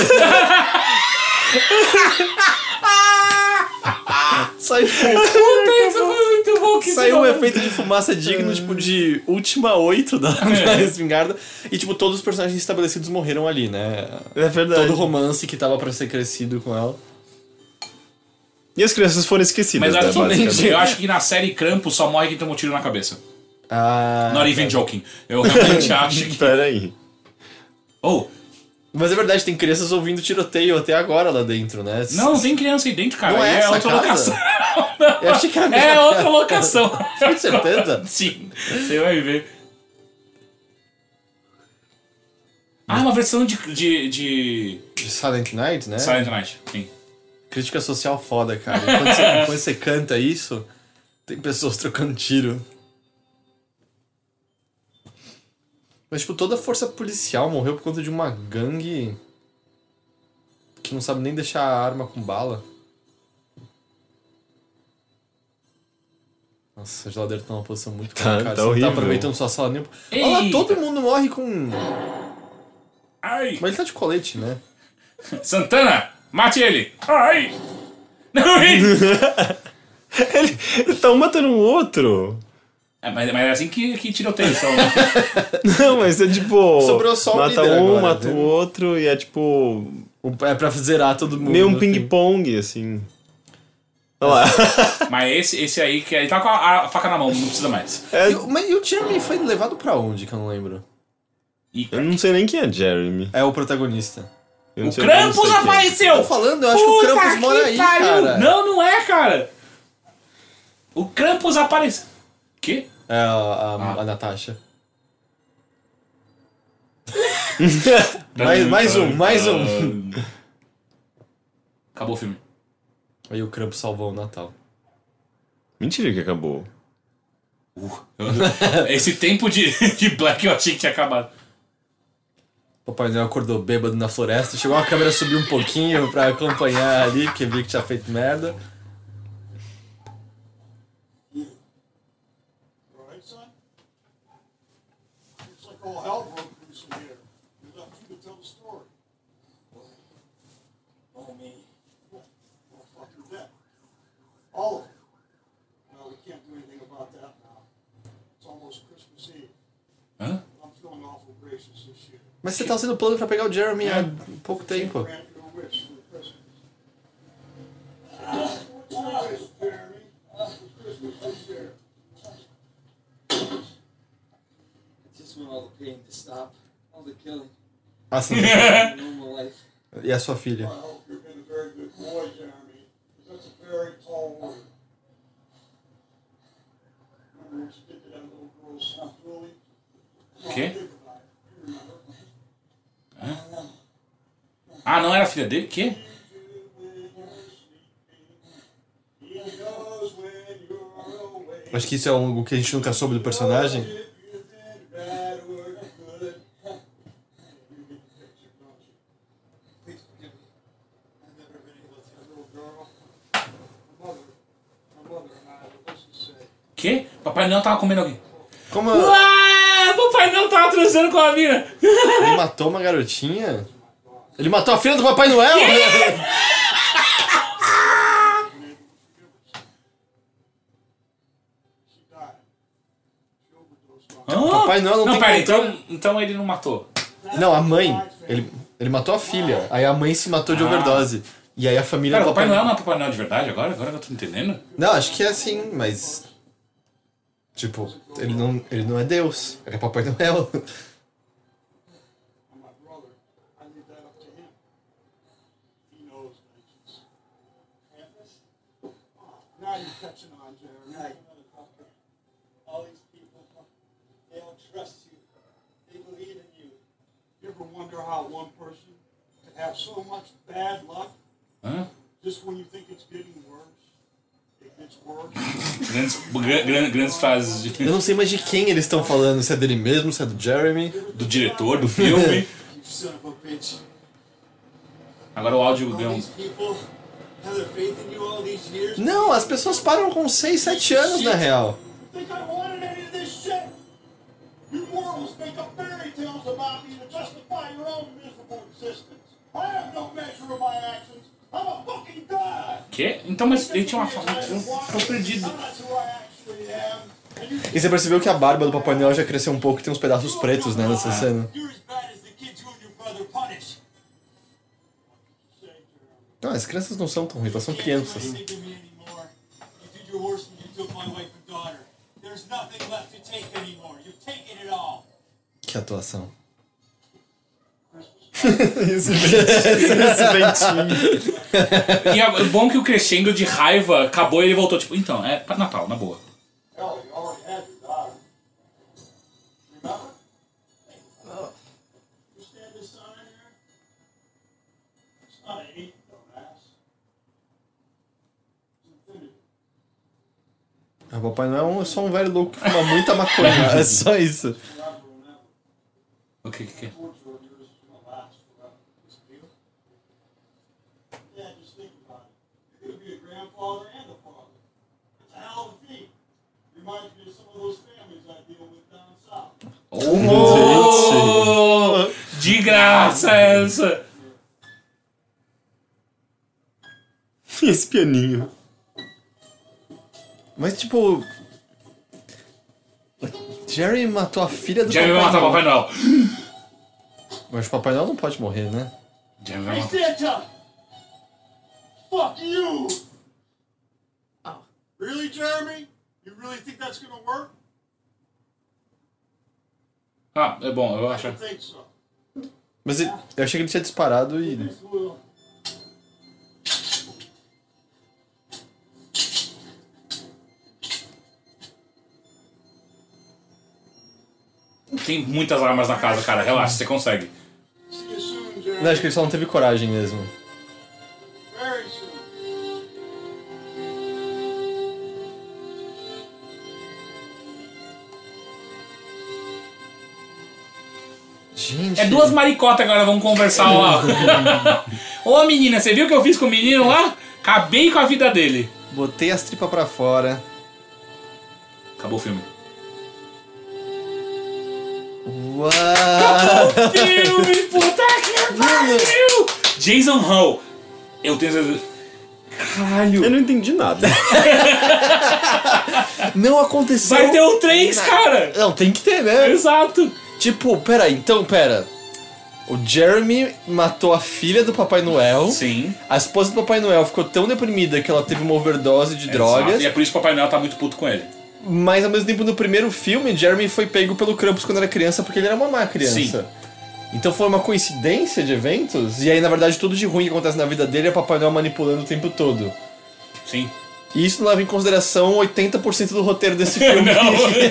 [SPEAKER 2] Sai
[SPEAKER 1] Isso foi muito bom que
[SPEAKER 2] um, Saiu um efeito de fumaça digno, tipo, de última oito da,
[SPEAKER 1] É.
[SPEAKER 2] da espingarda. E, tipo, todos os personagens estabelecidos morreram ali, né?
[SPEAKER 9] É verdade.
[SPEAKER 2] Todo o romance que tava pra ser crescido com ela.
[SPEAKER 9] E as crianças foram esquecidas,
[SPEAKER 1] Mas eu
[SPEAKER 9] né,
[SPEAKER 1] acho,
[SPEAKER 9] basicamente.
[SPEAKER 1] eu acho que na série Crampo só morre quem toma um tiro na cabeça.
[SPEAKER 2] Ah. Então.
[SPEAKER 1] Not even joking. Eu realmente acho que.
[SPEAKER 9] Pera aí.
[SPEAKER 1] Oh,
[SPEAKER 2] Mas é verdade, tem crianças ouvindo tiroteio até agora lá dentro, né? S-
[SPEAKER 1] não, tem criança aí dentro, cara.
[SPEAKER 2] Não é
[SPEAKER 1] é,
[SPEAKER 2] essa
[SPEAKER 1] outra
[SPEAKER 2] casa?
[SPEAKER 1] locação.
[SPEAKER 2] Eu achei que era a
[SPEAKER 1] É
[SPEAKER 2] mesma
[SPEAKER 1] outra
[SPEAKER 2] casa.
[SPEAKER 1] locação.
[SPEAKER 2] Tem certeza?
[SPEAKER 1] Sim, você vai ver. Ah, uma versão de, de, de
[SPEAKER 2] De Silent Night, né?
[SPEAKER 1] Silent Night. Sim.
[SPEAKER 2] Crítica social foda, cara. Quando você, quando você canta isso, tem pessoas trocando tiro. Mas, tipo, toda a força policial morreu por conta de uma gangue que não sabe nem deixar a arma com bala. Nossa, a geladeira tá numa posição muito
[SPEAKER 9] Tá-
[SPEAKER 2] complicada.
[SPEAKER 9] tá
[SPEAKER 2] você não
[SPEAKER 9] horrível.
[SPEAKER 2] tá aproveitando sua sala limpa. Olha lá,
[SPEAKER 1] Eita.
[SPEAKER 2] todo mundo morre com...
[SPEAKER 1] Ai!
[SPEAKER 2] Mas ele tá de colete, né?
[SPEAKER 1] Santana, mate ele! Ai! Não, ele...
[SPEAKER 9] Ele, ele tá um matando o outro.
[SPEAKER 1] É, mas, mas é assim que, que tiroteio são. né?
[SPEAKER 9] Não, mas é tipo.
[SPEAKER 2] Sobrou só o
[SPEAKER 9] Mata
[SPEAKER 2] líder
[SPEAKER 9] um,
[SPEAKER 2] agora,
[SPEAKER 9] mata
[SPEAKER 2] viu?
[SPEAKER 9] o outro e é tipo.
[SPEAKER 2] O- É pra zerar todo mundo.
[SPEAKER 9] Meio um
[SPEAKER 2] no fim.
[SPEAKER 9] ping-pong, assim. Olha lá.
[SPEAKER 1] mas esse, esse aí que ele tá com a, a faca na mão, não precisa mais.
[SPEAKER 2] E o- mas e o Jeremy foi levado pra onde, que eu não lembro?
[SPEAKER 1] E
[SPEAKER 9] Eu não sei nem quem é Jeremy.
[SPEAKER 2] É o protagonista.
[SPEAKER 9] Eu não
[SPEAKER 1] o
[SPEAKER 9] sei é. nem
[SPEAKER 1] Krampus
[SPEAKER 9] isso aqui.
[SPEAKER 2] Tô
[SPEAKER 1] apareceu!
[SPEAKER 2] falando, eu acho que o Krampus mora aí, cara.
[SPEAKER 1] Não, não é, cara! O Krampus apareceu. Quê?
[SPEAKER 2] É a, a, a Natasha. mais, mais um, mais um.
[SPEAKER 1] Acabou o filme.
[SPEAKER 2] Aí o Krampus salvou o Natal.
[SPEAKER 9] Mentira que acabou.
[SPEAKER 1] Esse tempo de, de Black eu achei que tinha acabado.
[SPEAKER 2] Papai Noel acordou bêbado na floresta, chegou a câmera subiu um pouquinho pra acompanhar ali, porque viu que tinha feito merda.
[SPEAKER 5] Alright, son? Looks like all hell broke loose in here. You're left you to tell the story.
[SPEAKER 7] Oh, me.
[SPEAKER 5] Well, fuck, you're dead. All of it. Well, we can't do anything about that now. It's almost Christmas Eve.
[SPEAKER 1] Hã?
[SPEAKER 5] I'm feeling awful gracious this year.
[SPEAKER 2] Mas você tá sendo plano pra pegar o Jeremy há pouco tempo.
[SPEAKER 5] Grant your wish for Christmas. What's your wish, Jeremy? For Christmas this year.
[SPEAKER 6] I just want all the pain to stop, all the killing,
[SPEAKER 2] Ah, sim.
[SPEAKER 6] normal life.
[SPEAKER 2] e a sua filha?
[SPEAKER 5] I hope you've been a very good boy, Jeremy. 'cause That's a very tall order. Remember what you did to that little girl, Sue Julie? Come on,
[SPEAKER 1] Okay.
[SPEAKER 5] think about it. You remember.
[SPEAKER 1] Ah, não era a filha dele? Quê?
[SPEAKER 5] He knows when you're away.
[SPEAKER 2] Acho que isso é algo que a gente nunca soube do personagem.
[SPEAKER 5] If you did bad work, good. You get the picture, don't you? Please forgive me. I've never been able to tell little girl. My mother, my mother and I, what does she say?
[SPEAKER 1] Quê? Papai Noel tava comendo alguém.
[SPEAKER 2] Como
[SPEAKER 1] Ah, Ué! Papai Noel tava transando com a mina!
[SPEAKER 2] ele matou uma garotinha?
[SPEAKER 5] My God.
[SPEAKER 2] Ele matou a filha do Papai Noel?
[SPEAKER 5] She died. She overdosed on
[SPEAKER 1] Hã?
[SPEAKER 2] Papai Noel não tem
[SPEAKER 1] pera,
[SPEAKER 2] controle.
[SPEAKER 1] então, então ele não matou.
[SPEAKER 2] Não, a mãe. Ele, ele matou a filha. Aí a mãe se matou de overdose. E aí a família
[SPEAKER 1] Ah. Cara,
[SPEAKER 2] do
[SPEAKER 1] Papai Noel não é Papai Noel de verdade agora? Agora que eu tô entendendo?
[SPEAKER 2] Não, acho que é assim, mas. Tipo, ele não, ele não é Deus. Ele é Papai Noel.
[SPEAKER 5] my brother. I leave that up to him. He knows vengeance. Krampus? Now you're catching on, Jeremy. Now motherfucker. All these people, they all trust you. They believe in you. You ever wonder how one person could have so much bad luck
[SPEAKER 1] Hã?
[SPEAKER 5] just when you think it's getting worse? It gets worse.
[SPEAKER 1] Grandes, gra- gra- grandes frases de-
[SPEAKER 2] Eu não sei mais de quem eles estão falando. Se é dele mesmo, se é do Jeremy.
[SPEAKER 1] do diretor do filme.
[SPEAKER 5] you son of a bitch.
[SPEAKER 1] Agora o áudio deu
[SPEAKER 5] All
[SPEAKER 1] um.
[SPEAKER 5] these people have their faith in you all these years.
[SPEAKER 2] Não, as pessoas param com 6, 7 anos na real.
[SPEAKER 5] think I wanted any of this shit? You mortals make up fairy tales about me to justify your own miserable existence. I have no measure of my actions. I'm a fucking god.
[SPEAKER 1] Quê? Então, mas ele tinha uma um- fala.
[SPEAKER 5] I'm
[SPEAKER 1] Eu tô perdido.
[SPEAKER 5] not who I actually am. And you
[SPEAKER 2] E você percebeu que a barba do Papai Noel já cresceu um pouco e tem uns pedaços pretos, né,
[SPEAKER 1] Ah.
[SPEAKER 2] nessa cena.
[SPEAKER 5] Ah, You're as bad as the kids you and your brother punish.
[SPEAKER 2] Não, as crianças não são tão ruins, elas são crianças.
[SPEAKER 5] You me anymore. You did your worst when you took my wife and daughter. There's nothing left to take anymore. You've taken it all.
[SPEAKER 2] Que atuação.
[SPEAKER 1] E é bom que o crescendo de raiva acabou e ele voltou, tipo, então, é pra Natal, na boa.
[SPEAKER 5] Hell, you already had Oh, your daughter. Remember? No. You stand this sign here? It's not an eight, dumbass. It's infinity.
[SPEAKER 2] Ah, O Papai Noel é um- só um velho louco que fuma muita maconha. É só isso.
[SPEAKER 5] Forever and ever.
[SPEAKER 1] O que que que é?
[SPEAKER 5] Torture of yours is gonna last forever. This deal? Yeah, just think about it. You're gonna be a grandfather and a father. That's a hell of a feat. Reminds me of some of those families I deal with down south.
[SPEAKER 1] Oh, de graça essa!
[SPEAKER 9] E esse pianinho?
[SPEAKER 2] Mas tipo. Jerry matou a filha do
[SPEAKER 1] Jeremy vai matar o Papai Noel.
[SPEAKER 2] Mas o Papai Noel não pode morrer, né?
[SPEAKER 1] Jeremy vai
[SPEAKER 5] Hey,
[SPEAKER 1] matar.
[SPEAKER 5] Santa! Fuck you! Really, Jeremy? You really think that's gonna work?
[SPEAKER 1] Ah, é bom, eu acho.
[SPEAKER 5] I think so.
[SPEAKER 2] Mas ele- eu achei que ele tinha disparado e.
[SPEAKER 5] This will.
[SPEAKER 1] Tem muitas armas na casa, cara, relaxa, você consegue.
[SPEAKER 5] See you soon, Jeremy.
[SPEAKER 2] Não, acho que ele só não teve coragem mesmo.
[SPEAKER 5] Very soon.
[SPEAKER 2] Gente.
[SPEAKER 1] É duas maricotas agora, vamos conversar lá. Ô menina, você viu o que eu fiz com o menino lá? Acabei com a vida dele.
[SPEAKER 2] Botei as tripas pra fora.
[SPEAKER 1] Acabou o filme.
[SPEAKER 2] Ah, Uau!
[SPEAKER 1] filme, puta que pariu! Jason Hall. Eu tenho certeza.
[SPEAKER 9] Eu não entendi nada.
[SPEAKER 2] Não aconteceu.
[SPEAKER 1] Vai ter um o 3, cara!
[SPEAKER 2] Não, tem que ter, né?
[SPEAKER 1] Exato!
[SPEAKER 2] Tipo, pera, então, pera. O Jeremy matou a filha do Papai Noel.
[SPEAKER 1] Sim.
[SPEAKER 2] A esposa do Papai Noel ficou tão deprimida que ela teve uma overdose de drogas.
[SPEAKER 1] Exato. E é por isso que o Papai Noel tá muito puto com ele.
[SPEAKER 2] Mas ao mesmo tempo, no primeiro filme, Jeremy foi pego pelo Krampus quando era criança porque ele era uma má criança.
[SPEAKER 1] Sim.
[SPEAKER 2] Então foi uma coincidência de eventos. E aí, na verdade, tudo de ruim que acontece na vida dele é Papai Noel manipulando o tempo todo.
[SPEAKER 1] Sim.
[SPEAKER 2] E isso não leva em consideração 80% do roteiro desse filme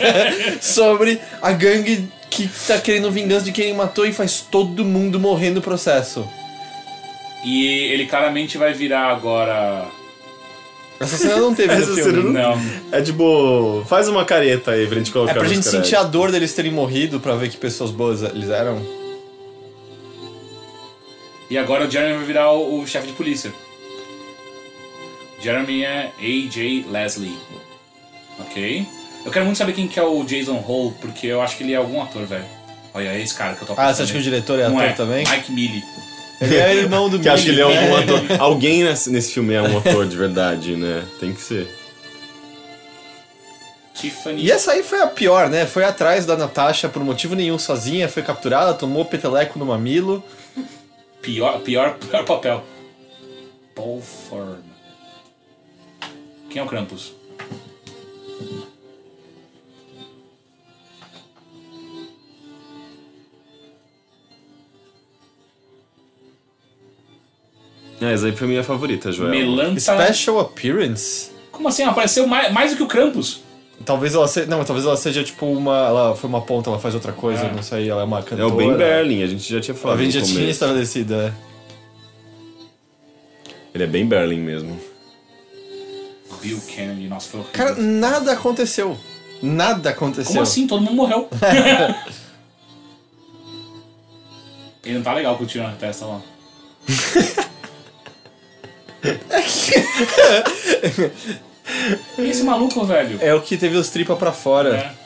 [SPEAKER 2] sobre a gangue que tá querendo vingança de quem matou e faz todo mundo morrer no processo.
[SPEAKER 1] E ele claramente vai virar agora.
[SPEAKER 2] Essa cena não teve no
[SPEAKER 9] Essa
[SPEAKER 2] filme.
[SPEAKER 9] cena
[SPEAKER 1] Não.
[SPEAKER 9] É tipo, faz uma careta aí pra gente
[SPEAKER 2] É
[SPEAKER 9] colocar
[SPEAKER 2] pra
[SPEAKER 9] nos
[SPEAKER 2] gente
[SPEAKER 9] créditos.
[SPEAKER 2] sentir a dor deles terem morrido pra ver que pessoas boas eles eram.
[SPEAKER 1] E agora o Jeremy vai virar o, o chefe de polícia. Jeremy é AJ Leslie. Ok? Eu quero muito saber quem que é o Jason Hall, porque eu acho que ele é algum ator, velho. Olha, é esse cara que eu tô
[SPEAKER 2] Ah,
[SPEAKER 1] pensando
[SPEAKER 2] você acha que o
[SPEAKER 1] nele.
[SPEAKER 2] diretor é
[SPEAKER 1] Não
[SPEAKER 2] ator
[SPEAKER 1] é.
[SPEAKER 2] também?
[SPEAKER 1] Mike Milley.
[SPEAKER 2] Ele é irmão do
[SPEAKER 9] Que acho que ele é
[SPEAKER 2] Mickey,
[SPEAKER 9] um
[SPEAKER 2] né?
[SPEAKER 9] ator. Alguém nesse, nesse filme é um ator de verdade, né? Tem que ser.
[SPEAKER 1] Tiffany.
[SPEAKER 2] E essa aí foi a pior, né? Foi atrás da Natasha por motivo nenhum sozinha, foi capturada, tomou peteleco no mamilo.
[SPEAKER 1] Pior, pior, pior papel. Paul Thorne. Quem é o Krampus?
[SPEAKER 9] É, essa aí foi minha favorita, Joel.
[SPEAKER 1] Melanta.
[SPEAKER 2] Special appearance?
[SPEAKER 1] Como assim? Apareceu mais, mais do que o Krampus?
[SPEAKER 2] Talvez ela seja. Não, talvez ela seja tipo uma. Ela foi uma ponta, ela faz outra coisa, não sei, ela é uma
[SPEAKER 9] É
[SPEAKER 2] cantora.
[SPEAKER 9] o Ben Berlin, a gente já tinha
[SPEAKER 2] A
[SPEAKER 9] falado.
[SPEAKER 2] gente já
[SPEAKER 9] no
[SPEAKER 2] tinha
[SPEAKER 9] começo.
[SPEAKER 2] estabelecido, é.
[SPEAKER 9] Ele é bem Berlin mesmo.
[SPEAKER 1] Bill Kennedy, nossa, foi horrível.
[SPEAKER 2] Cara, nada aconteceu. Nada aconteceu.
[SPEAKER 1] Como assim? Todo mundo morreu. Ele não tá legal com o tiro na testa lá. e esse maluco, velho?
[SPEAKER 2] É o que teve os tripa pra fora.
[SPEAKER 1] É.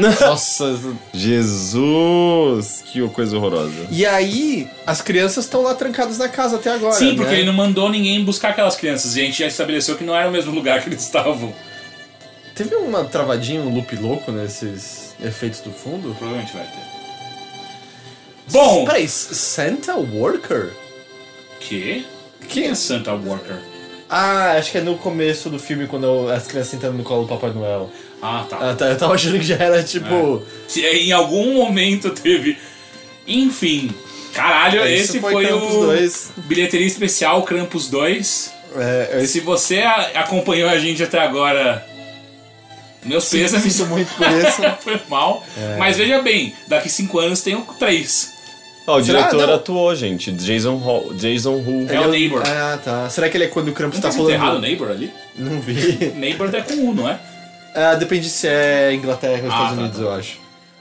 [SPEAKER 2] Nossa.
[SPEAKER 9] Jesus! Que coisa horrorosa.
[SPEAKER 2] E aí, as crianças estão lá trancadas na casa até agora.
[SPEAKER 1] Sim, porque
[SPEAKER 2] né?
[SPEAKER 1] ele não mandou ninguém buscar aquelas crianças. E a gente já estabeleceu que não era o mesmo lugar que eles estavam.
[SPEAKER 2] Teve uma travadinha, um loop louco nesses efeitos do fundo?
[SPEAKER 1] Provavelmente vai ter. Bom,
[SPEAKER 2] Peraí, S- Santa Worker?
[SPEAKER 1] que? Quem é Santa Walker?
[SPEAKER 2] Ah, acho que é no começo do filme, quando eu- as crianças sentando no colo do Papai Noel.
[SPEAKER 1] Ah, tá.
[SPEAKER 2] Ah, tá, eu tava achando que já era tipo.
[SPEAKER 1] Se é, em algum momento teve. Enfim. Caralho,
[SPEAKER 2] É, Isso
[SPEAKER 1] esse
[SPEAKER 2] foi
[SPEAKER 1] foi,
[SPEAKER 2] Krampus
[SPEAKER 1] o
[SPEAKER 2] 2.
[SPEAKER 1] Bilheteria Especial Krampus 2.
[SPEAKER 2] É, eu
[SPEAKER 1] Se você a- acompanhou a gente até agora, meus pêsames.
[SPEAKER 2] sinto muito por isso.
[SPEAKER 1] Foi mal.
[SPEAKER 2] É.
[SPEAKER 1] Mas veja bem, daqui 5 anos tem o 3.
[SPEAKER 9] Ó, o
[SPEAKER 2] Será?
[SPEAKER 9] diretor
[SPEAKER 2] Não.
[SPEAKER 9] atuou, gente. Jason Hall. Jason Hu.
[SPEAKER 1] É o Neighbor.
[SPEAKER 2] Ah, tá. Será que ele é quando o Krampus
[SPEAKER 1] Não
[SPEAKER 2] tá
[SPEAKER 1] tá errado o
[SPEAKER 2] falando.
[SPEAKER 1] Neighbor ali?
[SPEAKER 2] Não vi.
[SPEAKER 1] Neighbor é com U, não é?
[SPEAKER 2] Ah, depende se é Inglaterra ou Estados
[SPEAKER 1] tá,
[SPEAKER 2] Unidos,
[SPEAKER 1] tá.
[SPEAKER 2] eu acho.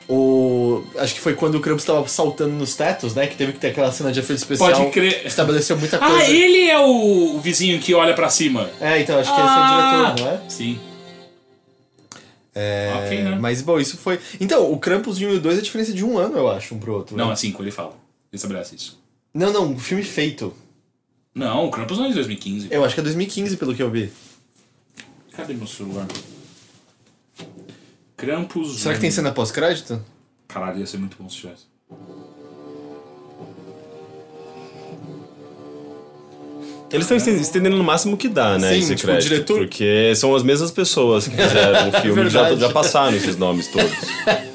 [SPEAKER 2] O... Acho que foi quando o Krampus tava saltando nos tetos, né? Que teve que ter aquela cena de efeito especial.
[SPEAKER 1] Pode crer.
[SPEAKER 2] Estabeleceu muita coisa.
[SPEAKER 1] Ah, ele é o vizinho que olha pra cima. Ah!
[SPEAKER 2] É, então acho que esse é o diretor, não é?
[SPEAKER 1] Sim.
[SPEAKER 2] É,
[SPEAKER 1] Ok, né?
[SPEAKER 2] Mas, bom, isso foi. Então, o Krampus de 1 e o 2 é a diferença de um ano, eu acho, um pro outro.
[SPEAKER 1] Não,
[SPEAKER 2] né?
[SPEAKER 1] é 5, ele fala. Ele estabelece isso.
[SPEAKER 2] não, não, o filme feito.
[SPEAKER 1] Não, o Krampus não é de 2015.
[SPEAKER 2] Eu acho que é 2015, pelo que eu vi.
[SPEAKER 1] Cadê meu celular? Krampus. um.
[SPEAKER 2] Será que tem cena pós-crédito?
[SPEAKER 1] Caralho, ia ser muito bom se tivesse.
[SPEAKER 9] Eles estão esten- estendendo no máximo que dá, né?
[SPEAKER 2] Sim,
[SPEAKER 9] esse
[SPEAKER 2] tipo, o
[SPEAKER 9] crédito,
[SPEAKER 2] diretor- É
[SPEAKER 9] Porque são as mesmas pessoas que fizeram o filme e já,
[SPEAKER 2] verdade.
[SPEAKER 9] já passaram esses nomes todos.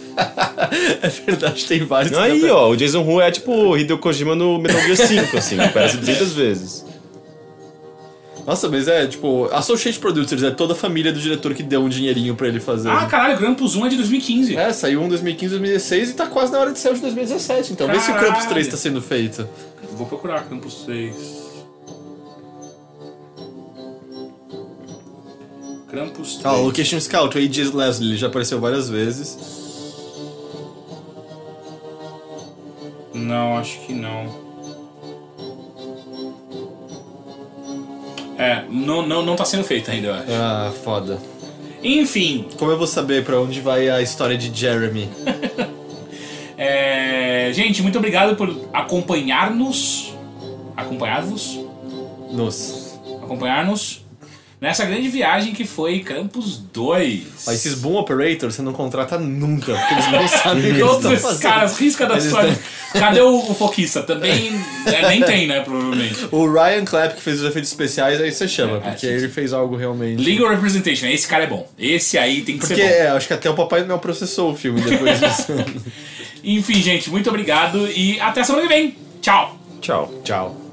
[SPEAKER 2] É verdade, tem vários.
[SPEAKER 9] Aí, ó, o Jason Hu é tipo o Hideo Kojima no Metal Gear 5, assim, parece 200 vezes.
[SPEAKER 2] Nossa, mas é, tipo, Associate Producers é toda a família do diretor que deu um dinheirinho pra ele fazer.
[SPEAKER 1] Ah, caralho, Krampus 1 é de 2015.
[SPEAKER 2] É, saiu um em 2015, 2016 e tá quase na hora de sair o de 2017. Então, vê se o
[SPEAKER 1] Caralho.
[SPEAKER 2] Krampus 3 tá sendo feito.
[SPEAKER 1] Vou procurar Krampus 3. Krampus 3.
[SPEAKER 2] Ó, Location Scout, Ah, o A.J. Leslie, ele já apareceu várias vezes.
[SPEAKER 1] Não, acho que não. É, não, não, não tá sendo feito ainda, eu acho.
[SPEAKER 2] Ah, foda.
[SPEAKER 1] Enfim,
[SPEAKER 2] Como eu vou saber pra onde vai a história de Jeremy?
[SPEAKER 1] é, gente, muito obrigado por acompanhar-nos. Acompanhar-vos.
[SPEAKER 2] Nos.
[SPEAKER 1] acompanhar-nos nessa grande viagem que foi Campos 2.
[SPEAKER 2] Ó, esses Boom Operators você não contrata nunca, porque eles não sabem o que eles
[SPEAKER 1] Todos
[SPEAKER 2] estão
[SPEAKER 1] esses
[SPEAKER 2] fazendo.
[SPEAKER 1] caras, risca da
[SPEAKER 2] Eles
[SPEAKER 1] sua.
[SPEAKER 2] tão-
[SPEAKER 1] Cadê o, o Foquista? Também. é, nem tem, né? Provavelmente.
[SPEAKER 2] O Ryan Clapp, que fez os efeitos especiais, aí você chama,
[SPEAKER 1] É,
[SPEAKER 2] porque
[SPEAKER 1] é, sim,
[SPEAKER 2] ele fez algo realmente.
[SPEAKER 1] Legal Representation, esse cara é bom. Esse aí tem que
[SPEAKER 2] Porque,
[SPEAKER 1] ser bom.
[SPEAKER 2] é, acho que até o Papai Noel processou o filme depois disso.
[SPEAKER 1] Enfim, gente, muito obrigado e até semana que vem. Tchau!
[SPEAKER 9] Tchau.
[SPEAKER 2] Tchau.